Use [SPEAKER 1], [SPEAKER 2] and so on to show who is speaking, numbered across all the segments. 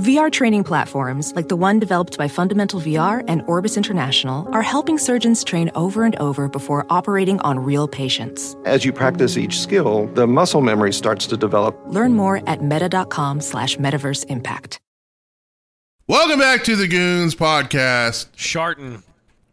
[SPEAKER 1] VR training platforms like the one developed by Fundamental VR and Orbis International are helping surgeons train over and over before operating on real patients.
[SPEAKER 2] As you practice each skill, the muscle memory starts to develop.
[SPEAKER 1] Learn more at meta.com slash metaverse impact.
[SPEAKER 3] Welcome back to the Goons Podcast.
[SPEAKER 4] Sharton.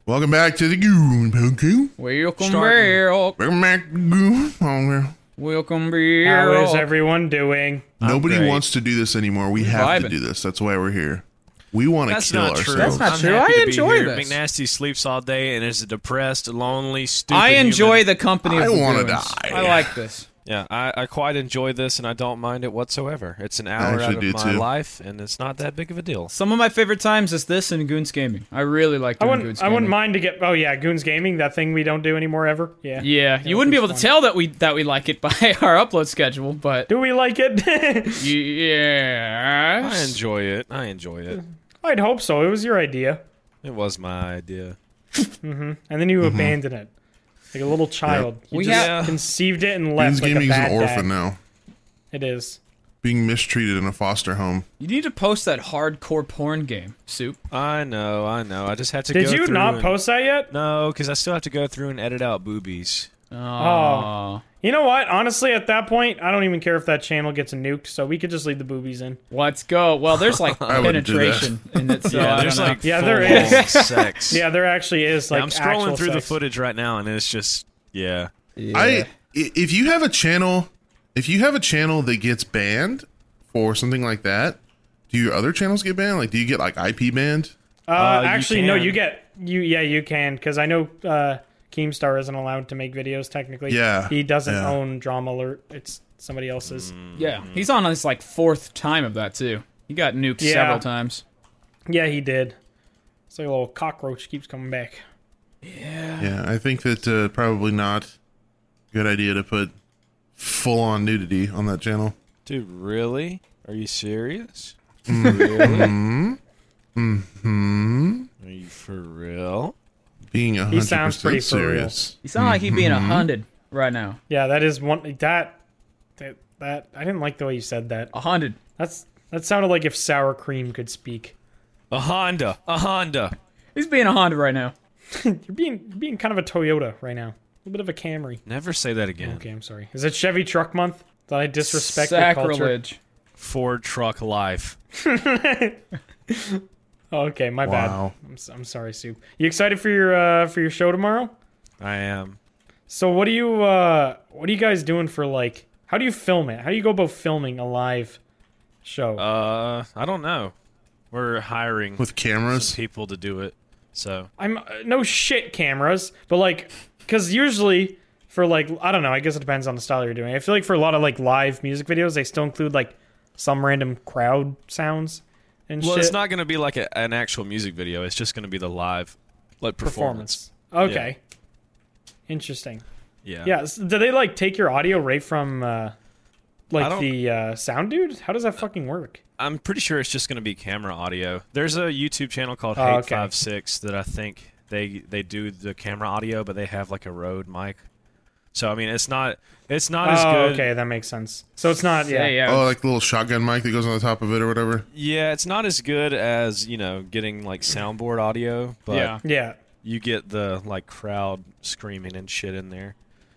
[SPEAKER 3] Welcome back to the Goon Podcast.
[SPEAKER 5] Welcome
[SPEAKER 4] Starting.
[SPEAKER 5] back.
[SPEAKER 3] Welcome back to the Goon Podcast.
[SPEAKER 5] Welcome
[SPEAKER 4] How
[SPEAKER 5] back.
[SPEAKER 4] is everyone doing?
[SPEAKER 3] Nobody
[SPEAKER 4] great.
[SPEAKER 3] wants to do this anymore. We have to
[SPEAKER 4] vibing.
[SPEAKER 3] do this. That's why we're here. We want to
[SPEAKER 4] That's
[SPEAKER 3] kill
[SPEAKER 4] not
[SPEAKER 3] ourselves.
[SPEAKER 4] true.
[SPEAKER 5] That's not
[SPEAKER 4] I'm
[SPEAKER 5] true.
[SPEAKER 4] happy
[SPEAKER 5] I
[SPEAKER 4] to be
[SPEAKER 5] enjoy
[SPEAKER 4] here.
[SPEAKER 5] this.
[SPEAKER 4] McNasty sleeps all day and is a depressed, lonely, stupid.
[SPEAKER 5] I enjoy
[SPEAKER 4] human.
[SPEAKER 5] the company.
[SPEAKER 3] I
[SPEAKER 5] of the
[SPEAKER 3] wanna
[SPEAKER 5] Goons.
[SPEAKER 3] die.
[SPEAKER 5] I like this.
[SPEAKER 4] Yeah, I, I quite enjoy this, and I don't mind it whatsoever. It's an hour out
[SPEAKER 3] actually
[SPEAKER 4] of
[SPEAKER 3] do,
[SPEAKER 4] my
[SPEAKER 3] too.
[SPEAKER 4] life, and it's not that big of a deal.
[SPEAKER 5] Some of my favorite times is this and Goons Gaming. I really like
[SPEAKER 6] I
[SPEAKER 5] doing
[SPEAKER 6] wouldn't.
[SPEAKER 5] Goons
[SPEAKER 6] I
[SPEAKER 5] Gaming.
[SPEAKER 6] wouldn't mind to get. Oh yeah, Goons Gaming, that thing we don't do anymore ever. Yeah.
[SPEAKER 1] Yeah, you wouldn't be able to tell that we that we like it by our upload schedule, but
[SPEAKER 6] Do we like it?
[SPEAKER 1] yeah,
[SPEAKER 4] I enjoy it. I enjoy it.
[SPEAKER 6] I'd hope so. It was your idea,
[SPEAKER 4] It was my idea.
[SPEAKER 6] and then you
[SPEAKER 3] Mm-hmm.
[SPEAKER 6] abandoned it, like a little child. You
[SPEAKER 5] We
[SPEAKER 6] just
[SPEAKER 5] have-
[SPEAKER 6] conceived it and
[SPEAKER 3] Beans
[SPEAKER 6] left. like
[SPEAKER 3] Gaming
[SPEAKER 6] a
[SPEAKER 3] is
[SPEAKER 6] bad
[SPEAKER 3] an orphan
[SPEAKER 6] dad.
[SPEAKER 3] now,
[SPEAKER 6] It is.
[SPEAKER 3] being mistreated in a foster home.
[SPEAKER 1] you need to post that hardcore porn game, soup.
[SPEAKER 4] I know. I know. I just have to.
[SPEAKER 6] Did
[SPEAKER 4] go
[SPEAKER 6] you
[SPEAKER 4] through
[SPEAKER 6] not
[SPEAKER 4] and-
[SPEAKER 6] post that yet?
[SPEAKER 4] No, because I still have to go through and edit out boobies.
[SPEAKER 6] Oh. You know what? Honestly, at that point, I don't even care if that channel gets nuked, so we could just leave the boobies in.
[SPEAKER 1] Let's go. Well, there's like
[SPEAKER 3] I wouldn't do that.
[SPEAKER 1] penetration in it, so I
[SPEAKER 4] yeah,
[SPEAKER 1] don't
[SPEAKER 4] Oh, there's
[SPEAKER 1] know.
[SPEAKER 4] like
[SPEAKER 6] Yeah,
[SPEAKER 4] full
[SPEAKER 6] there is.
[SPEAKER 4] sex.
[SPEAKER 6] Yeah, there actually is like
[SPEAKER 4] I'm
[SPEAKER 6] actual
[SPEAKER 4] scrolling through the
[SPEAKER 6] sex.
[SPEAKER 4] footage right now, and it's just yeah.
[SPEAKER 3] I i- if you have a channel, if you have a channel that gets banned for something like that, do your other channels get banned? Like, do you get like IP banned?
[SPEAKER 6] Uh,
[SPEAKER 4] Uh, you
[SPEAKER 6] actually, no,
[SPEAKER 4] can.
[SPEAKER 6] you get you. Yeah, you can because I know uh, Keemstar isn't allowed to make videos technically.
[SPEAKER 3] Yeah,
[SPEAKER 6] he doesn't
[SPEAKER 3] yeah.
[SPEAKER 6] own Drama Alert. It's somebody else's.
[SPEAKER 1] Yeah, he's on his like fourth time of that too. He got nuked
[SPEAKER 6] Yeah.
[SPEAKER 1] several times.
[SPEAKER 6] Yeah, he did. It's like a little cockroach keeps coming back.
[SPEAKER 3] Yeah, I think that uh, probably not a good idea to put full on nudity on that channel.
[SPEAKER 4] Dude, really? Are you serious? Really? Are you for real?
[SPEAKER 3] Being a
[SPEAKER 6] He
[SPEAKER 3] hundred
[SPEAKER 6] sounds pretty
[SPEAKER 3] percent
[SPEAKER 6] for real.
[SPEAKER 3] serious.
[SPEAKER 1] He sounded like he'd be in a
[SPEAKER 3] Mm-hmm.
[SPEAKER 1] hundred right now.
[SPEAKER 6] Yeah, that is one that that that I didn't like the way you said that.
[SPEAKER 1] A hundred.
[SPEAKER 6] That's that sounded like if sour cream could speak.
[SPEAKER 4] A Honda. A Honda.
[SPEAKER 1] He's being a hundred right now.
[SPEAKER 6] You're being you're being kind of a Toyota right now. A little bit of a Camry.
[SPEAKER 4] Never say that again.
[SPEAKER 6] Okay, I'm sorry. Is it Chevy Truck Month? Did I disrespect your culture?
[SPEAKER 1] Sacrilege.
[SPEAKER 4] Ford truck life.
[SPEAKER 6] Okay, my
[SPEAKER 3] Wow.
[SPEAKER 6] bad. I'm, s- I'm sorry, Soup. You excited for your uh, for your show tomorrow?
[SPEAKER 4] I am.
[SPEAKER 6] So what do you uh, what are you guys doing for like? How do you film it? How do you go about filming a live show?
[SPEAKER 4] Uh, I don't know. We're hiring
[SPEAKER 3] With cameras,
[SPEAKER 4] people to do it. So
[SPEAKER 6] I'm uh, no shit cameras, but like, because usually for like I don't know. I guess it depends on the style you're doing. I feel like for a lot of like live music videos, they still include like some random crowd sounds and
[SPEAKER 4] well,
[SPEAKER 6] shit.
[SPEAKER 4] it's not going to be like a, an actual music video. It's just going to be the live, like performance.
[SPEAKER 6] performance. Okay, interesting.
[SPEAKER 4] Yeah.
[SPEAKER 6] Yeah, s do they like take your audio right from uh,
[SPEAKER 4] I
[SPEAKER 6] like
[SPEAKER 4] don't-
[SPEAKER 6] the uh, sound dude? How does that fucking work?
[SPEAKER 4] I'm pretty sure it's just going to be camera audio. There's a YouTube channel called
[SPEAKER 6] Oh,
[SPEAKER 4] Hate
[SPEAKER 6] okay.
[SPEAKER 4] Five Six that I think they they do the camera audio, but they have like a Rode mic. So I mean, it's not it's not as
[SPEAKER 6] oh,
[SPEAKER 4] good.
[SPEAKER 6] okay, that makes sense. So it's not yeah.
[SPEAKER 1] Yeah, yeah.
[SPEAKER 3] oh, like the little shotgun mic that goes on the top of it or whatever.
[SPEAKER 4] Yeah, it's not as good as you know getting like soundboard audio, but
[SPEAKER 1] Yeah.
[SPEAKER 6] Yeah.
[SPEAKER 4] you get the like crowd screaming and shit in there,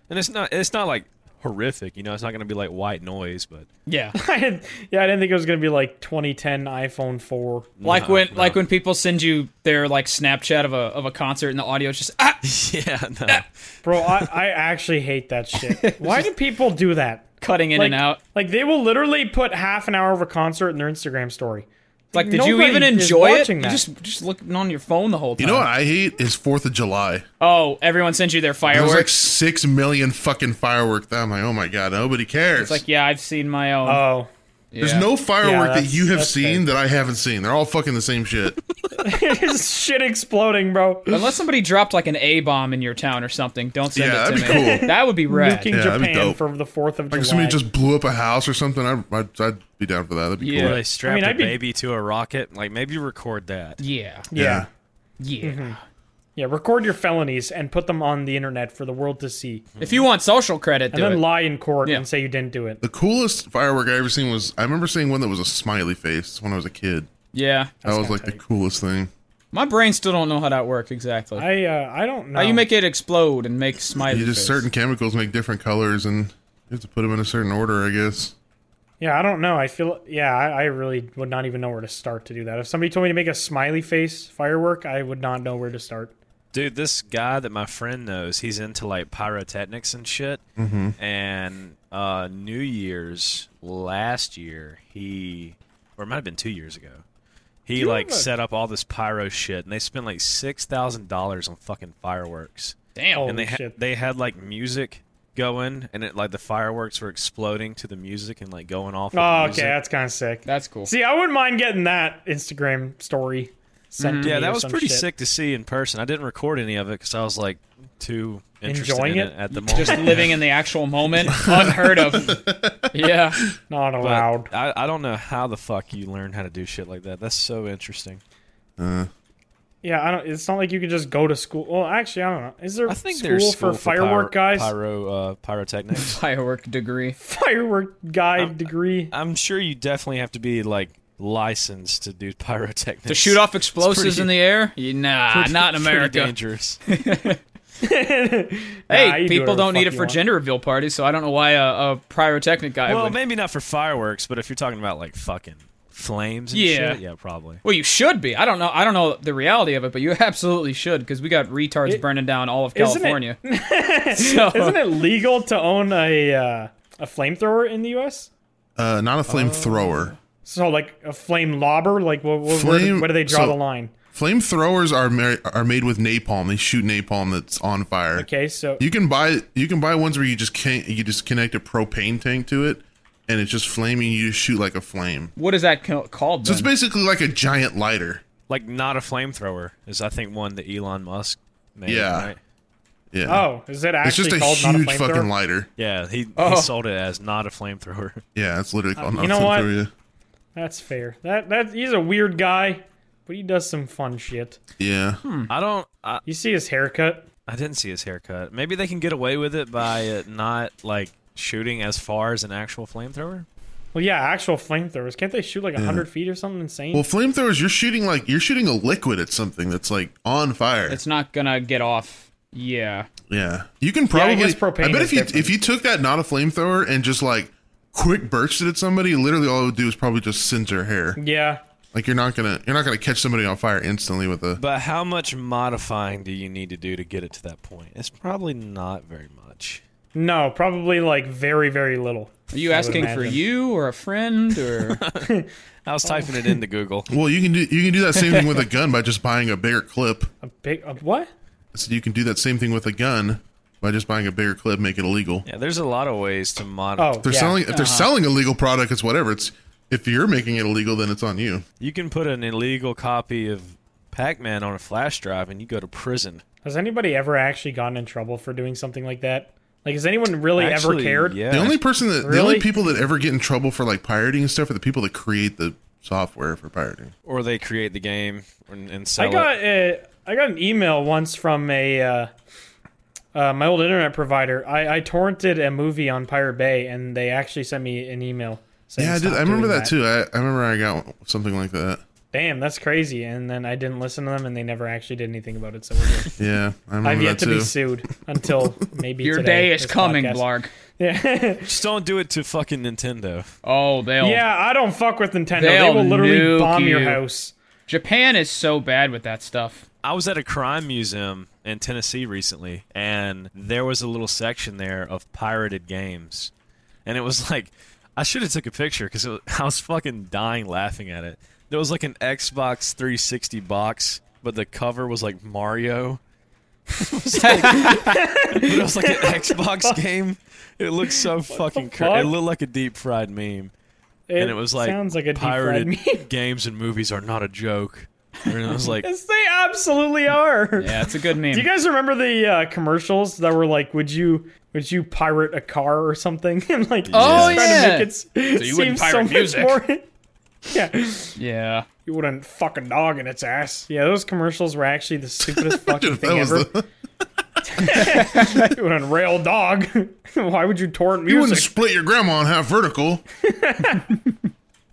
[SPEAKER 4] and it's not it's not like horrific. You know, it's not going to be like white noise, but
[SPEAKER 1] yeah.
[SPEAKER 6] I had, yeah, I didn't think it was gonna be like 2010 iPhone 4.
[SPEAKER 1] Like
[SPEAKER 4] No,
[SPEAKER 1] when
[SPEAKER 4] no.
[SPEAKER 1] like when people send you their like Snapchat of a of a concert and the audio is just ah
[SPEAKER 4] yeah, no.
[SPEAKER 6] Bro, I, I actually hate that shit. Why do people do that?
[SPEAKER 1] cutting in
[SPEAKER 6] Like,
[SPEAKER 1] and out.
[SPEAKER 6] like they will literally put half an hour of a concert in their Instagram story.
[SPEAKER 1] Like did you
[SPEAKER 6] nobody
[SPEAKER 1] even
[SPEAKER 6] is
[SPEAKER 1] enjoy it?
[SPEAKER 6] watching
[SPEAKER 1] You
[SPEAKER 6] that.
[SPEAKER 1] just just looking on your phone the whole time.
[SPEAKER 3] You know what I hate is Fourth of July.
[SPEAKER 1] Oh, everyone sends you their
[SPEAKER 3] There's like
[SPEAKER 1] fireworks.
[SPEAKER 3] six million fucking fireworks. I'm like, oh my god, nobody cares.
[SPEAKER 1] It's like, yeah, I've seen my own.
[SPEAKER 6] Oh,
[SPEAKER 3] There's
[SPEAKER 5] Yeah.
[SPEAKER 3] no firework that
[SPEAKER 6] that's-
[SPEAKER 3] you have
[SPEAKER 6] that's fair.
[SPEAKER 3] seen that I haven't seen. They're all fucking the same shit.
[SPEAKER 6] His shit exploding, bro.
[SPEAKER 5] Unless somebody dropped like an A bomb in your town or something, don't send
[SPEAKER 3] Yeah,
[SPEAKER 5] it to
[SPEAKER 3] that'd
[SPEAKER 5] me.
[SPEAKER 3] be cool.
[SPEAKER 5] That would be rad.
[SPEAKER 6] Nuking
[SPEAKER 3] Yeah, that'd be
[SPEAKER 6] Japan
[SPEAKER 3] dope.
[SPEAKER 6] for the Fourth of July.
[SPEAKER 3] Like if somebody just blew up a house or something, I'd, I'd, I'd be down for that. That'd be
[SPEAKER 5] Yeah.
[SPEAKER 4] Where
[SPEAKER 3] cool.
[SPEAKER 4] they strapped
[SPEAKER 6] mean,
[SPEAKER 4] a
[SPEAKER 6] I'd be-
[SPEAKER 4] baby to a rocket. Like maybe record that.
[SPEAKER 5] Yeah.
[SPEAKER 6] yeah,
[SPEAKER 5] Yeah.
[SPEAKER 6] Mm-hmm. yeah. Record your felonies and put them on the internet for the world to see,
[SPEAKER 5] If you want social credit,
[SPEAKER 6] and
[SPEAKER 5] do
[SPEAKER 6] then
[SPEAKER 5] it.
[SPEAKER 6] lie in court
[SPEAKER 5] Yeah.
[SPEAKER 6] and say you didn't do it.
[SPEAKER 3] The coolest firework I ever seen was I remember seeing one that was a smiley face when I was a kid.
[SPEAKER 5] yeah.
[SPEAKER 3] That was like the coolest thing.
[SPEAKER 5] My brain still don't know how that worked exactly.
[SPEAKER 6] I uh, I don't know.
[SPEAKER 5] how you make it explode and make smiley
[SPEAKER 3] You just
[SPEAKER 5] face.
[SPEAKER 3] certain chemicals make different colors, and you have to put them in a certain order, I guess.
[SPEAKER 6] Yeah, I don't know. I feel yeah. I, I really would not even know where to start to do that. If somebody told me to make a smiley face firework, I would not know where to start.
[SPEAKER 4] Dude, this guy that my friend knows, he's into like pyrotechnics and shit. Mm-hmm. And uh, New Year's last year, he, or it might have been two years ago, he like set up all this pyro shit, and they spent like six thousand dollars on fucking fireworks.
[SPEAKER 5] Damn.
[SPEAKER 6] Holy
[SPEAKER 4] and Oh, they ha-
[SPEAKER 6] shit!
[SPEAKER 4] they had like music going, and it like the fireworks were exploding to the music and like going off. with
[SPEAKER 6] oh, okay,
[SPEAKER 4] music.
[SPEAKER 6] that's kind of sick.
[SPEAKER 5] That's cool.
[SPEAKER 6] See, I wouldn't mind getting that Instagram story sent. to
[SPEAKER 4] Mm-hmm. Yeah,
[SPEAKER 6] me
[SPEAKER 4] that
[SPEAKER 6] or
[SPEAKER 4] was
[SPEAKER 6] some
[SPEAKER 4] pretty
[SPEAKER 6] shit.
[SPEAKER 4] sick to see in person. I didn't record any of it because I was like too interested
[SPEAKER 6] Enjoying
[SPEAKER 4] in
[SPEAKER 6] it?
[SPEAKER 4] at the moment.
[SPEAKER 6] Oh,
[SPEAKER 5] Just living in the actual moment. Unheard of. Yeah.
[SPEAKER 6] Not
[SPEAKER 4] But
[SPEAKER 6] allowed.
[SPEAKER 4] I, I don't know how the fuck you learn how to do shit like that. That's so interesting.
[SPEAKER 6] yeah, I don't. It's not like you could just go to school. Well, actually, I don't know. Is there
[SPEAKER 4] I think
[SPEAKER 6] school,
[SPEAKER 4] there's
[SPEAKER 6] for firework guys?
[SPEAKER 4] pyro uh, pyrotechnics.
[SPEAKER 5] Firework degree.
[SPEAKER 6] Firework guy degree.
[SPEAKER 4] I'm sure you definitely have to be like licensed to do pyrotechnics.
[SPEAKER 5] To shoot off explosives
[SPEAKER 4] pretty-
[SPEAKER 5] in the air? Yeah, Nah, not in
[SPEAKER 4] Pretty
[SPEAKER 5] America.
[SPEAKER 4] Dangerous.
[SPEAKER 6] Nah,
[SPEAKER 5] Hey,
[SPEAKER 6] you do
[SPEAKER 5] people don't
[SPEAKER 6] whatever the
[SPEAKER 5] need it
[SPEAKER 6] fuck you
[SPEAKER 5] for
[SPEAKER 6] want.
[SPEAKER 5] gender reveal parties, so I don't know why a, a pyrotechnic guy
[SPEAKER 4] well,
[SPEAKER 5] would.
[SPEAKER 4] maybe not for fireworks, but if you're talking about like fucking flames and
[SPEAKER 5] Yeah.
[SPEAKER 4] shit, yeah, probably.
[SPEAKER 5] Well, you should be. I don't know. I don't know the reality of it, but you absolutely should because we got retards burning down all of
[SPEAKER 6] isn't it-
[SPEAKER 5] California. so,
[SPEAKER 6] Isn't it legal to own a uh, a flamethrower in the U.S.?
[SPEAKER 3] Uh, not a flamethrower.
[SPEAKER 6] Oh. So like a flame lobber, like wh- wh- where, do,
[SPEAKER 3] Flame-
[SPEAKER 6] where do they draw
[SPEAKER 3] so-
[SPEAKER 6] the line?
[SPEAKER 3] Flamethrowers are mar- are made with napalm. They shoot napalm that's on fire.
[SPEAKER 6] Okay, so
[SPEAKER 3] You can buy you can buy ones where you just can't you just connect a propane tank to it, and it's just flaming. You just shoot like a flame.
[SPEAKER 5] what is that ca- called?
[SPEAKER 3] So it's
[SPEAKER 5] then?
[SPEAKER 3] basically like a giant lighter.
[SPEAKER 4] Like not a flamethrower is I think one that Elon Musk made.
[SPEAKER 3] Yeah.
[SPEAKER 4] right?
[SPEAKER 3] Yeah,
[SPEAKER 6] oh, is it
[SPEAKER 3] it's
[SPEAKER 6] actually
[SPEAKER 3] just a
[SPEAKER 6] called not a
[SPEAKER 3] huge
[SPEAKER 6] flamethrower?
[SPEAKER 3] fucking lighter.
[SPEAKER 4] Yeah, he,
[SPEAKER 5] Oh.
[SPEAKER 4] he sold it as not a flamethrower.
[SPEAKER 3] Yeah, it's literally called
[SPEAKER 6] Uh,
[SPEAKER 3] not
[SPEAKER 6] you
[SPEAKER 3] a
[SPEAKER 6] know what?
[SPEAKER 3] flamethrower.
[SPEAKER 6] That's fair. That that he's a weird guy, but he does some fun shit.
[SPEAKER 3] Yeah,
[SPEAKER 6] Hmm.
[SPEAKER 4] I don't. I,
[SPEAKER 6] You see his haircut?
[SPEAKER 4] I didn't see his haircut. Maybe they can get away with it by it not like shooting as far as an actual flamethrower.
[SPEAKER 6] Well, yeah, actual flamethrowers can't they shoot like hundred feet or something insane?
[SPEAKER 3] Well, flamethrowers, you're shooting like you're shooting a liquid at something that's like on fire.
[SPEAKER 5] It's not gonna get off. Yeah.
[SPEAKER 3] yeah, you can probably.
[SPEAKER 6] guess propane
[SPEAKER 3] I bet
[SPEAKER 6] is
[SPEAKER 3] if you
[SPEAKER 6] different.
[SPEAKER 3] if you took that not a flamethrower and just like quick burst it at somebody, literally all it would do is probably just singe their hair.
[SPEAKER 6] yeah,
[SPEAKER 3] Like you're not gonna you're not gonna catch somebody on fire instantly with a.
[SPEAKER 4] But how much modifying do you need to do to get it to that point? It's probably not very much.
[SPEAKER 6] no, probably like very very little.
[SPEAKER 5] Are you asking for
[SPEAKER 6] imagine.
[SPEAKER 5] you or a friend or?
[SPEAKER 4] I
[SPEAKER 6] Oh.
[SPEAKER 4] was typing it into Google.
[SPEAKER 3] Well, you can do you can do that same thing with a gun by just buying a bigger clip.
[SPEAKER 6] A big a, what?
[SPEAKER 3] So you can do that same thing with a gun by just buying a bigger clip, make it illegal.
[SPEAKER 4] Yeah, there's a lot of ways to modify.
[SPEAKER 6] Oh,
[SPEAKER 3] They're
[SPEAKER 6] yeah.
[SPEAKER 3] selling if they're selling illegal product, it's whatever. It's if you're making it illegal, then it's on you.
[SPEAKER 4] You can put an illegal copy of Pac-Man on a flash drive, and you go to prison.
[SPEAKER 6] Has anybody ever actually gotten in trouble for doing something like that? Like, has anyone really ever
[SPEAKER 4] Actually,
[SPEAKER 6] cared?
[SPEAKER 4] Yeah.
[SPEAKER 3] The only person that the
[SPEAKER 6] Really?
[SPEAKER 3] only people that ever get in trouble for like pirating and stuff are the people that create the software for pirating.
[SPEAKER 4] or they create the game and, and sell
[SPEAKER 6] I got
[SPEAKER 4] it.
[SPEAKER 6] a, I got an email once from a uh, uh, my old internet provider. I, I torrented a movie on Pirate Bay, and they actually sent me an email. Saying
[SPEAKER 3] Yeah, I did.
[SPEAKER 6] "Stop
[SPEAKER 3] I remember
[SPEAKER 6] doing
[SPEAKER 3] that, too. I, I remember I got something like that.
[SPEAKER 6] Damn, that's crazy. And then I didn't listen to them, and they never actually did anything about it. So we're good.
[SPEAKER 3] Yeah, I remember
[SPEAKER 6] I've yet
[SPEAKER 3] that
[SPEAKER 6] to
[SPEAKER 3] too.
[SPEAKER 6] be sued until maybe
[SPEAKER 5] Your
[SPEAKER 6] today,
[SPEAKER 5] day is
[SPEAKER 6] this
[SPEAKER 5] coming,
[SPEAKER 6] podcast.
[SPEAKER 5] Blarg.
[SPEAKER 6] Yeah.
[SPEAKER 4] Just don't do it to fucking Nintendo.
[SPEAKER 5] Oh, they'll.
[SPEAKER 6] yeah, I don't fuck with Nintendo. they
[SPEAKER 5] They'll
[SPEAKER 6] will literally
[SPEAKER 5] nuke
[SPEAKER 6] bomb your
[SPEAKER 5] you.
[SPEAKER 6] house.
[SPEAKER 5] Japan is so bad with that stuff.
[SPEAKER 4] I was at a crime museum in Tennessee recently, and there was a little section there of pirated games, and it was like I should have took a picture because I was fucking dying laughing at it. There was like an Xbox 360 box, but the cover was like Mario. it, was like, but it was like an Xbox game. It looked so fucking. Cr-
[SPEAKER 6] fuck?
[SPEAKER 4] it looked like a deep fried meme. and it was like,
[SPEAKER 6] sounds like a pirated.
[SPEAKER 4] pirated
[SPEAKER 6] Meme.
[SPEAKER 4] games and movies are not a joke. And I was like,
[SPEAKER 6] Yes, they absolutely are.
[SPEAKER 5] Yeah, it's a good meme.
[SPEAKER 6] Do you guys remember the uh, commercials that were like, "Would you, would you pirate a car or something?" and like,
[SPEAKER 5] Oh,
[SPEAKER 6] just trying to
[SPEAKER 5] yeah.
[SPEAKER 6] make it so
[SPEAKER 7] you
[SPEAKER 6] you seem
[SPEAKER 7] wouldn't pirate
[SPEAKER 6] so much
[SPEAKER 7] music.
[SPEAKER 6] more. yeah,
[SPEAKER 5] yeah.
[SPEAKER 6] you wouldn't fuck a dog in its ass. Yeah, those commercials were actually the stupidest fucking
[SPEAKER 3] Dude, that
[SPEAKER 6] thing
[SPEAKER 3] was
[SPEAKER 6] ever.
[SPEAKER 3] the-
[SPEAKER 6] You wouldn't rail dog. Why would you torrent
[SPEAKER 3] you wouldn't
[SPEAKER 6] music?
[SPEAKER 3] split your grandma in half vertical.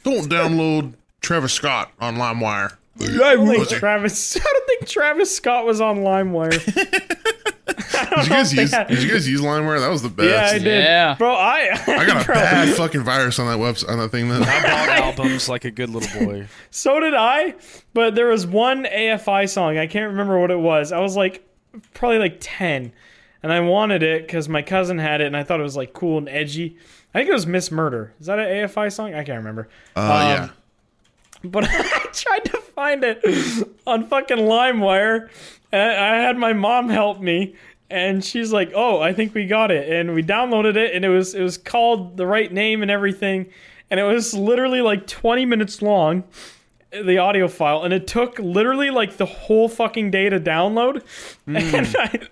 [SPEAKER 3] Don't download Travis Scott on LimeWire.
[SPEAKER 6] Like Travis, I don't think Travis Scott was on LimeWire.
[SPEAKER 3] Did you guys use?
[SPEAKER 6] that.
[SPEAKER 3] Did you guys use LimeWire? That was the
[SPEAKER 6] yeah, I
[SPEAKER 3] best.
[SPEAKER 6] did,
[SPEAKER 5] Yeah.
[SPEAKER 6] bro. I,
[SPEAKER 3] I, got a bad fucking virus on that website on that thing. Then
[SPEAKER 4] I bought albums like a good little boy.
[SPEAKER 6] So did I, but there was one AFI song. I can't remember what it was. I was like, probably like 10. And I wanted it because my cousin had it and I thought it was like cool and edgy. I think it was Miss Murder. Is that an AFI song? I can't remember.
[SPEAKER 3] uh,
[SPEAKER 6] Um,
[SPEAKER 3] yeah.
[SPEAKER 6] But I tried to find it on fucking LimeWire. And I had my mom help me. And she's like, "Oh, I think we got it." And we downloaded it, and it was it was called the right name and everything, and it was literally like 20 minutes long the audio file, and it took literally like the whole fucking day to download. And I,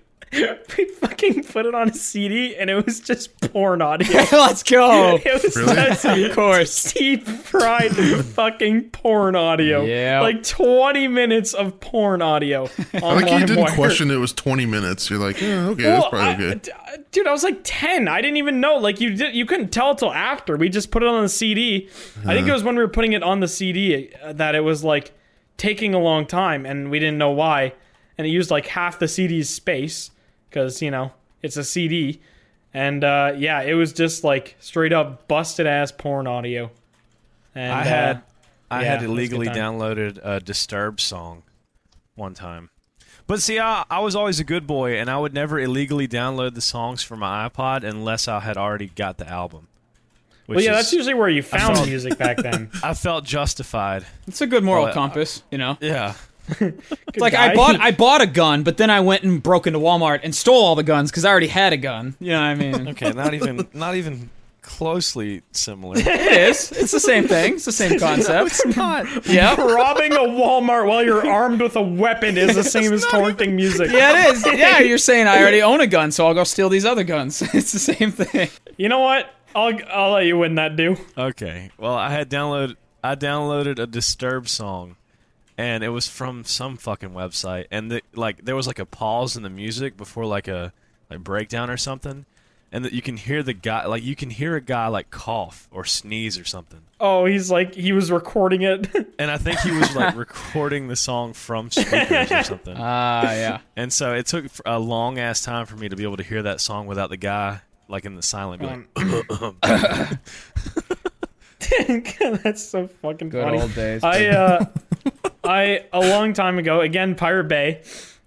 [SPEAKER 6] we fucking put it on a CD, and it was just porn audio.
[SPEAKER 5] Let's go.
[SPEAKER 6] It was just
[SPEAKER 5] Oh, Of course.
[SPEAKER 6] deep fried fucking porn audio.
[SPEAKER 5] Yeah.
[SPEAKER 6] like 20 minutes of porn audio.
[SPEAKER 3] I like you didn't
[SPEAKER 6] LimeWire.
[SPEAKER 3] question it was 20 minutes. You're like, yeah, okay,
[SPEAKER 6] Well,
[SPEAKER 3] that's probably
[SPEAKER 6] I-
[SPEAKER 3] okay.
[SPEAKER 6] d- uh, dude, I was like ten. I didn't even know. Like you did, you couldn't tell till after. We just put it on the CD. I think it was when we were putting it on the CD uh, that it was like taking a long time, and we didn't know why. And it used like half the CD's space because you know it's a CD. And uh, yeah, it was just like straight up busted ass porn audio. And
[SPEAKER 4] I had
[SPEAKER 6] uh,
[SPEAKER 4] I
[SPEAKER 6] yeah,
[SPEAKER 4] had
[SPEAKER 6] that's a good
[SPEAKER 4] illegally
[SPEAKER 6] time.
[SPEAKER 4] downloaded a Disturbed song one time. But see, I, I was always a good boy, and I would never illegally download the songs for my iPod unless I had already got the album. Which
[SPEAKER 6] well, yeah,
[SPEAKER 4] is-
[SPEAKER 6] that's usually where you found
[SPEAKER 4] felt-
[SPEAKER 6] music back then.
[SPEAKER 4] I felt justified.
[SPEAKER 5] It's a good moral
[SPEAKER 4] Well, I-
[SPEAKER 5] compass, you know.
[SPEAKER 4] Yeah.
[SPEAKER 5] It's like
[SPEAKER 6] guy.
[SPEAKER 5] I bought I bought a gun, but then I went and broke into Walmart and stole all the guns because I already had a gun. You know what I mean?
[SPEAKER 4] Okay. Not even. Not even closely similar.
[SPEAKER 5] it is. It's the same thing. It's the same concept. Yeah.
[SPEAKER 6] Robbing a Walmart while you're armed with a weapon is the same as torrenting music.
[SPEAKER 5] Yeah, it is. Yeah, you're saying I already own a gun, so I'll go steal these other guns. It's the same thing.
[SPEAKER 6] You know what? I'll I'll let you win that, do.
[SPEAKER 4] Okay. Well, I had download I downloaded a Disturbed song, and it was from some fucking website, and the, like there was like a pause in the music before like a like breakdown or something, and that you can hear the guy like you can hear a guy like cough or sneeze or something,
[SPEAKER 6] Oh, he's like he was recording it.
[SPEAKER 4] and I think he was like recording the song from speakers or something,
[SPEAKER 5] Ah, yeah.
[SPEAKER 4] and so it took f- a long ass time for me to be able to hear that song without the guy like in the silent. Be like,
[SPEAKER 6] That's so fucking funny.
[SPEAKER 5] days.
[SPEAKER 6] I uh, I a long time ago again Pirate Bay.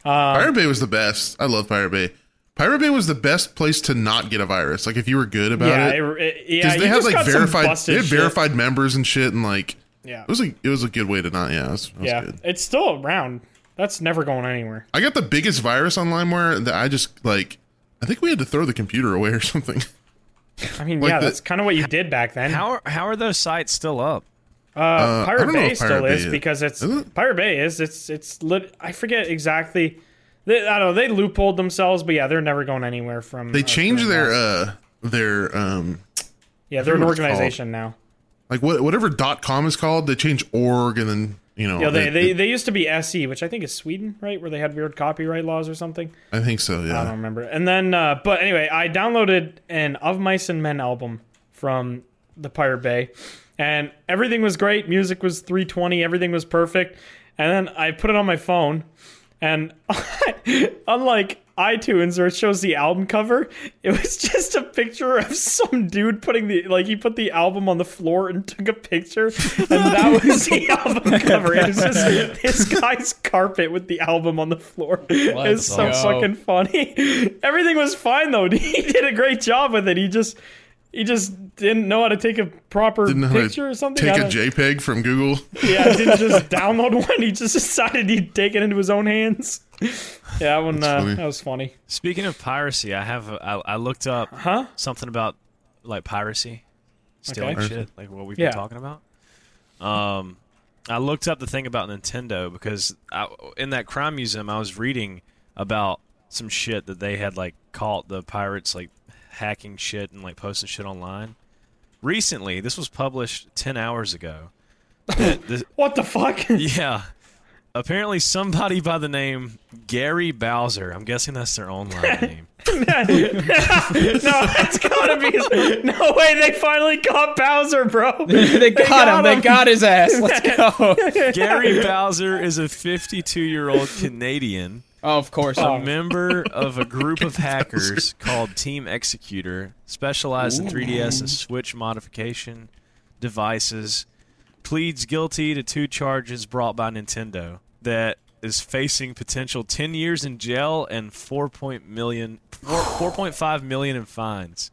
[SPEAKER 3] Pirate Bay was the best. I love Pirate Bay. Pirate Bay was the best place to not get a virus. Like if you were good about
[SPEAKER 6] Yeah,
[SPEAKER 3] it,
[SPEAKER 6] it, it, yeah.
[SPEAKER 3] because
[SPEAKER 6] You
[SPEAKER 3] they had
[SPEAKER 6] just
[SPEAKER 3] like
[SPEAKER 6] got some
[SPEAKER 3] verified,
[SPEAKER 6] busted
[SPEAKER 3] they had
[SPEAKER 6] shit.
[SPEAKER 3] verified members and shit, and like
[SPEAKER 6] Yeah,
[SPEAKER 3] it was a it was a good way to not. Yeah, it was, it was
[SPEAKER 6] yeah.
[SPEAKER 3] good.
[SPEAKER 6] It's still around. That's never going anywhere.
[SPEAKER 3] I got the biggest virus on LimeWire that I just like. I think we had to throw the computer away or something.
[SPEAKER 6] Oh, I mean,
[SPEAKER 3] Like
[SPEAKER 6] yeah,
[SPEAKER 3] the-
[SPEAKER 6] that's kind of what you did back then.
[SPEAKER 4] how are, how are those sites still up?
[SPEAKER 3] Uh, I
[SPEAKER 6] Pirate
[SPEAKER 3] don't know
[SPEAKER 6] Bay
[SPEAKER 3] if
[SPEAKER 6] still
[SPEAKER 3] Pirate
[SPEAKER 6] is,
[SPEAKER 3] Bay
[SPEAKER 6] because it's
[SPEAKER 3] is it?
[SPEAKER 6] Pirate Bay is it's it's lit. I forget exactly. They, I don't know. They loopholed themselves, but yeah, they're never going anywhere from.
[SPEAKER 3] They
[SPEAKER 6] uh,
[SPEAKER 3] changed
[SPEAKER 6] from
[SPEAKER 3] their
[SPEAKER 6] that.
[SPEAKER 3] uh their um
[SPEAKER 6] yeah, they're an
[SPEAKER 3] what it's called.
[SPEAKER 6] organization now.
[SPEAKER 3] like what whatever dot com is called. They changed org and then you know.
[SPEAKER 6] Yeah, they,
[SPEAKER 3] it-
[SPEAKER 6] they,
[SPEAKER 3] Oh, it-
[SPEAKER 6] they used to be SE, which I think is Sweden, right? Where they had weird copyright laws or something.
[SPEAKER 3] I think so. Yeah.
[SPEAKER 6] I don't remember. And then, uh, but anyway, I downloaded an Of Mice and Men album from the Pirate Bay, and everything was great. Music was 320, everything was perfect. And then I put it on my phone, and unlike iTunes where it shows the album cover, it was just a picture of some dude putting the like he put the album on the floor and took a picture, and that was the album cover. It was just this guy's carpet with the album on the floor.
[SPEAKER 5] Let's
[SPEAKER 6] It's so
[SPEAKER 5] go.
[SPEAKER 6] fucking funny. Everything was fine though. He did a great job with it. He just he just didn't know how to take a proper
[SPEAKER 3] Didn't know how to
[SPEAKER 6] picture or something. I
[SPEAKER 3] Take a
[SPEAKER 6] don't-
[SPEAKER 3] JPEG from Google.
[SPEAKER 6] yeah, didn't just download one. He just decided he'd take it into his own hands. Yeah, that one.
[SPEAKER 3] That's funny.
[SPEAKER 6] Uh, that was funny.
[SPEAKER 4] Speaking of piracy, I have a- I, I looked up something about like piracy. stealing
[SPEAKER 6] Okay.
[SPEAKER 4] shit, like what we've
[SPEAKER 6] Yeah.
[SPEAKER 4] been talking about. Um, I looked up the thing about Nintendo because I, in that crime museum, I was reading about some shit that they had like caught the pirates like hacking shit and like posting shit online. Recently, this was published ten hours ago. This-
[SPEAKER 6] What the fuck?
[SPEAKER 4] yeah. Apparently, somebody by the name Gary Bowser. I'm guessing that's their online name.
[SPEAKER 6] no, that's gotta be. No way, they finally got Bowser, bro.
[SPEAKER 5] they got,
[SPEAKER 6] got
[SPEAKER 5] him.
[SPEAKER 6] him.
[SPEAKER 5] They got his ass. Let's go.
[SPEAKER 4] Gary Bowser is a 52 year old Canadian,
[SPEAKER 5] oh, of course.
[SPEAKER 4] a member of a group of hackers called Team Executor, specialized in 3DS and Switch modification devices, pleads guilty to two charges brought by Nintendo that is facing potential 10 years in jail and 4. point million- 4 4.5 million in fines.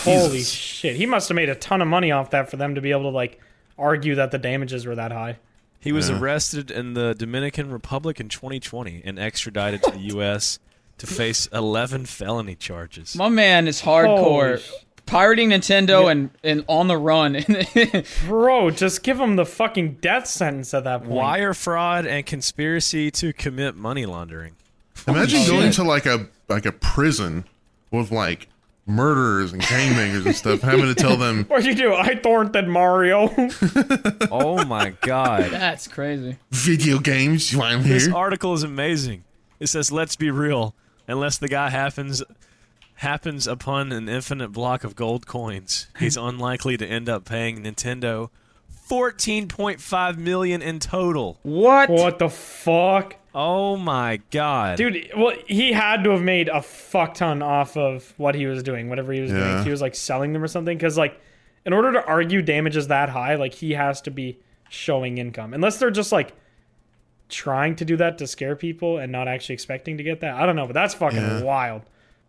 [SPEAKER 6] Holy shit, he must have made a ton of money off that for them to be able to like argue that the damages were that high.
[SPEAKER 4] He was arrested in the Dominican Republic in 2020 and extradited to the U.S. to face 11 felony charges.
[SPEAKER 5] My man is hardcore.
[SPEAKER 6] Holy sh-
[SPEAKER 5] Pirating Nintendo and, and on the run.
[SPEAKER 6] Bro, just give him the fucking death sentence at that point.
[SPEAKER 4] Wire fraud and conspiracy to commit money laundering.
[SPEAKER 3] Imagine
[SPEAKER 5] shit.
[SPEAKER 3] going to like a like a prison with like murderers and gangbangers and stuff, having to tell them
[SPEAKER 6] What you do? I thornted Mario.
[SPEAKER 4] Oh my God.
[SPEAKER 5] That's crazy.
[SPEAKER 3] video games. Why I'm
[SPEAKER 4] This
[SPEAKER 3] here?
[SPEAKER 4] article is amazing. It says, "Let's be real. Unless the guy happens happens upon an infinite block of gold coins, he's unlikely to end up paying Nintendo 14.5 million in total."
[SPEAKER 5] What?
[SPEAKER 6] what the fuck?
[SPEAKER 4] Oh my God,
[SPEAKER 6] Dude, well, he had to have made a fuck ton off of what he was doing, whatever he was
[SPEAKER 3] Yeah.
[SPEAKER 6] doing. He was like selling them or something. Because, like, in order to argue damages that high, like, he has to be showing income. Unless they're just like trying to do that to scare people and not actually expecting to get that. I don't know, but that's fucking
[SPEAKER 3] Yeah.
[SPEAKER 6] wild.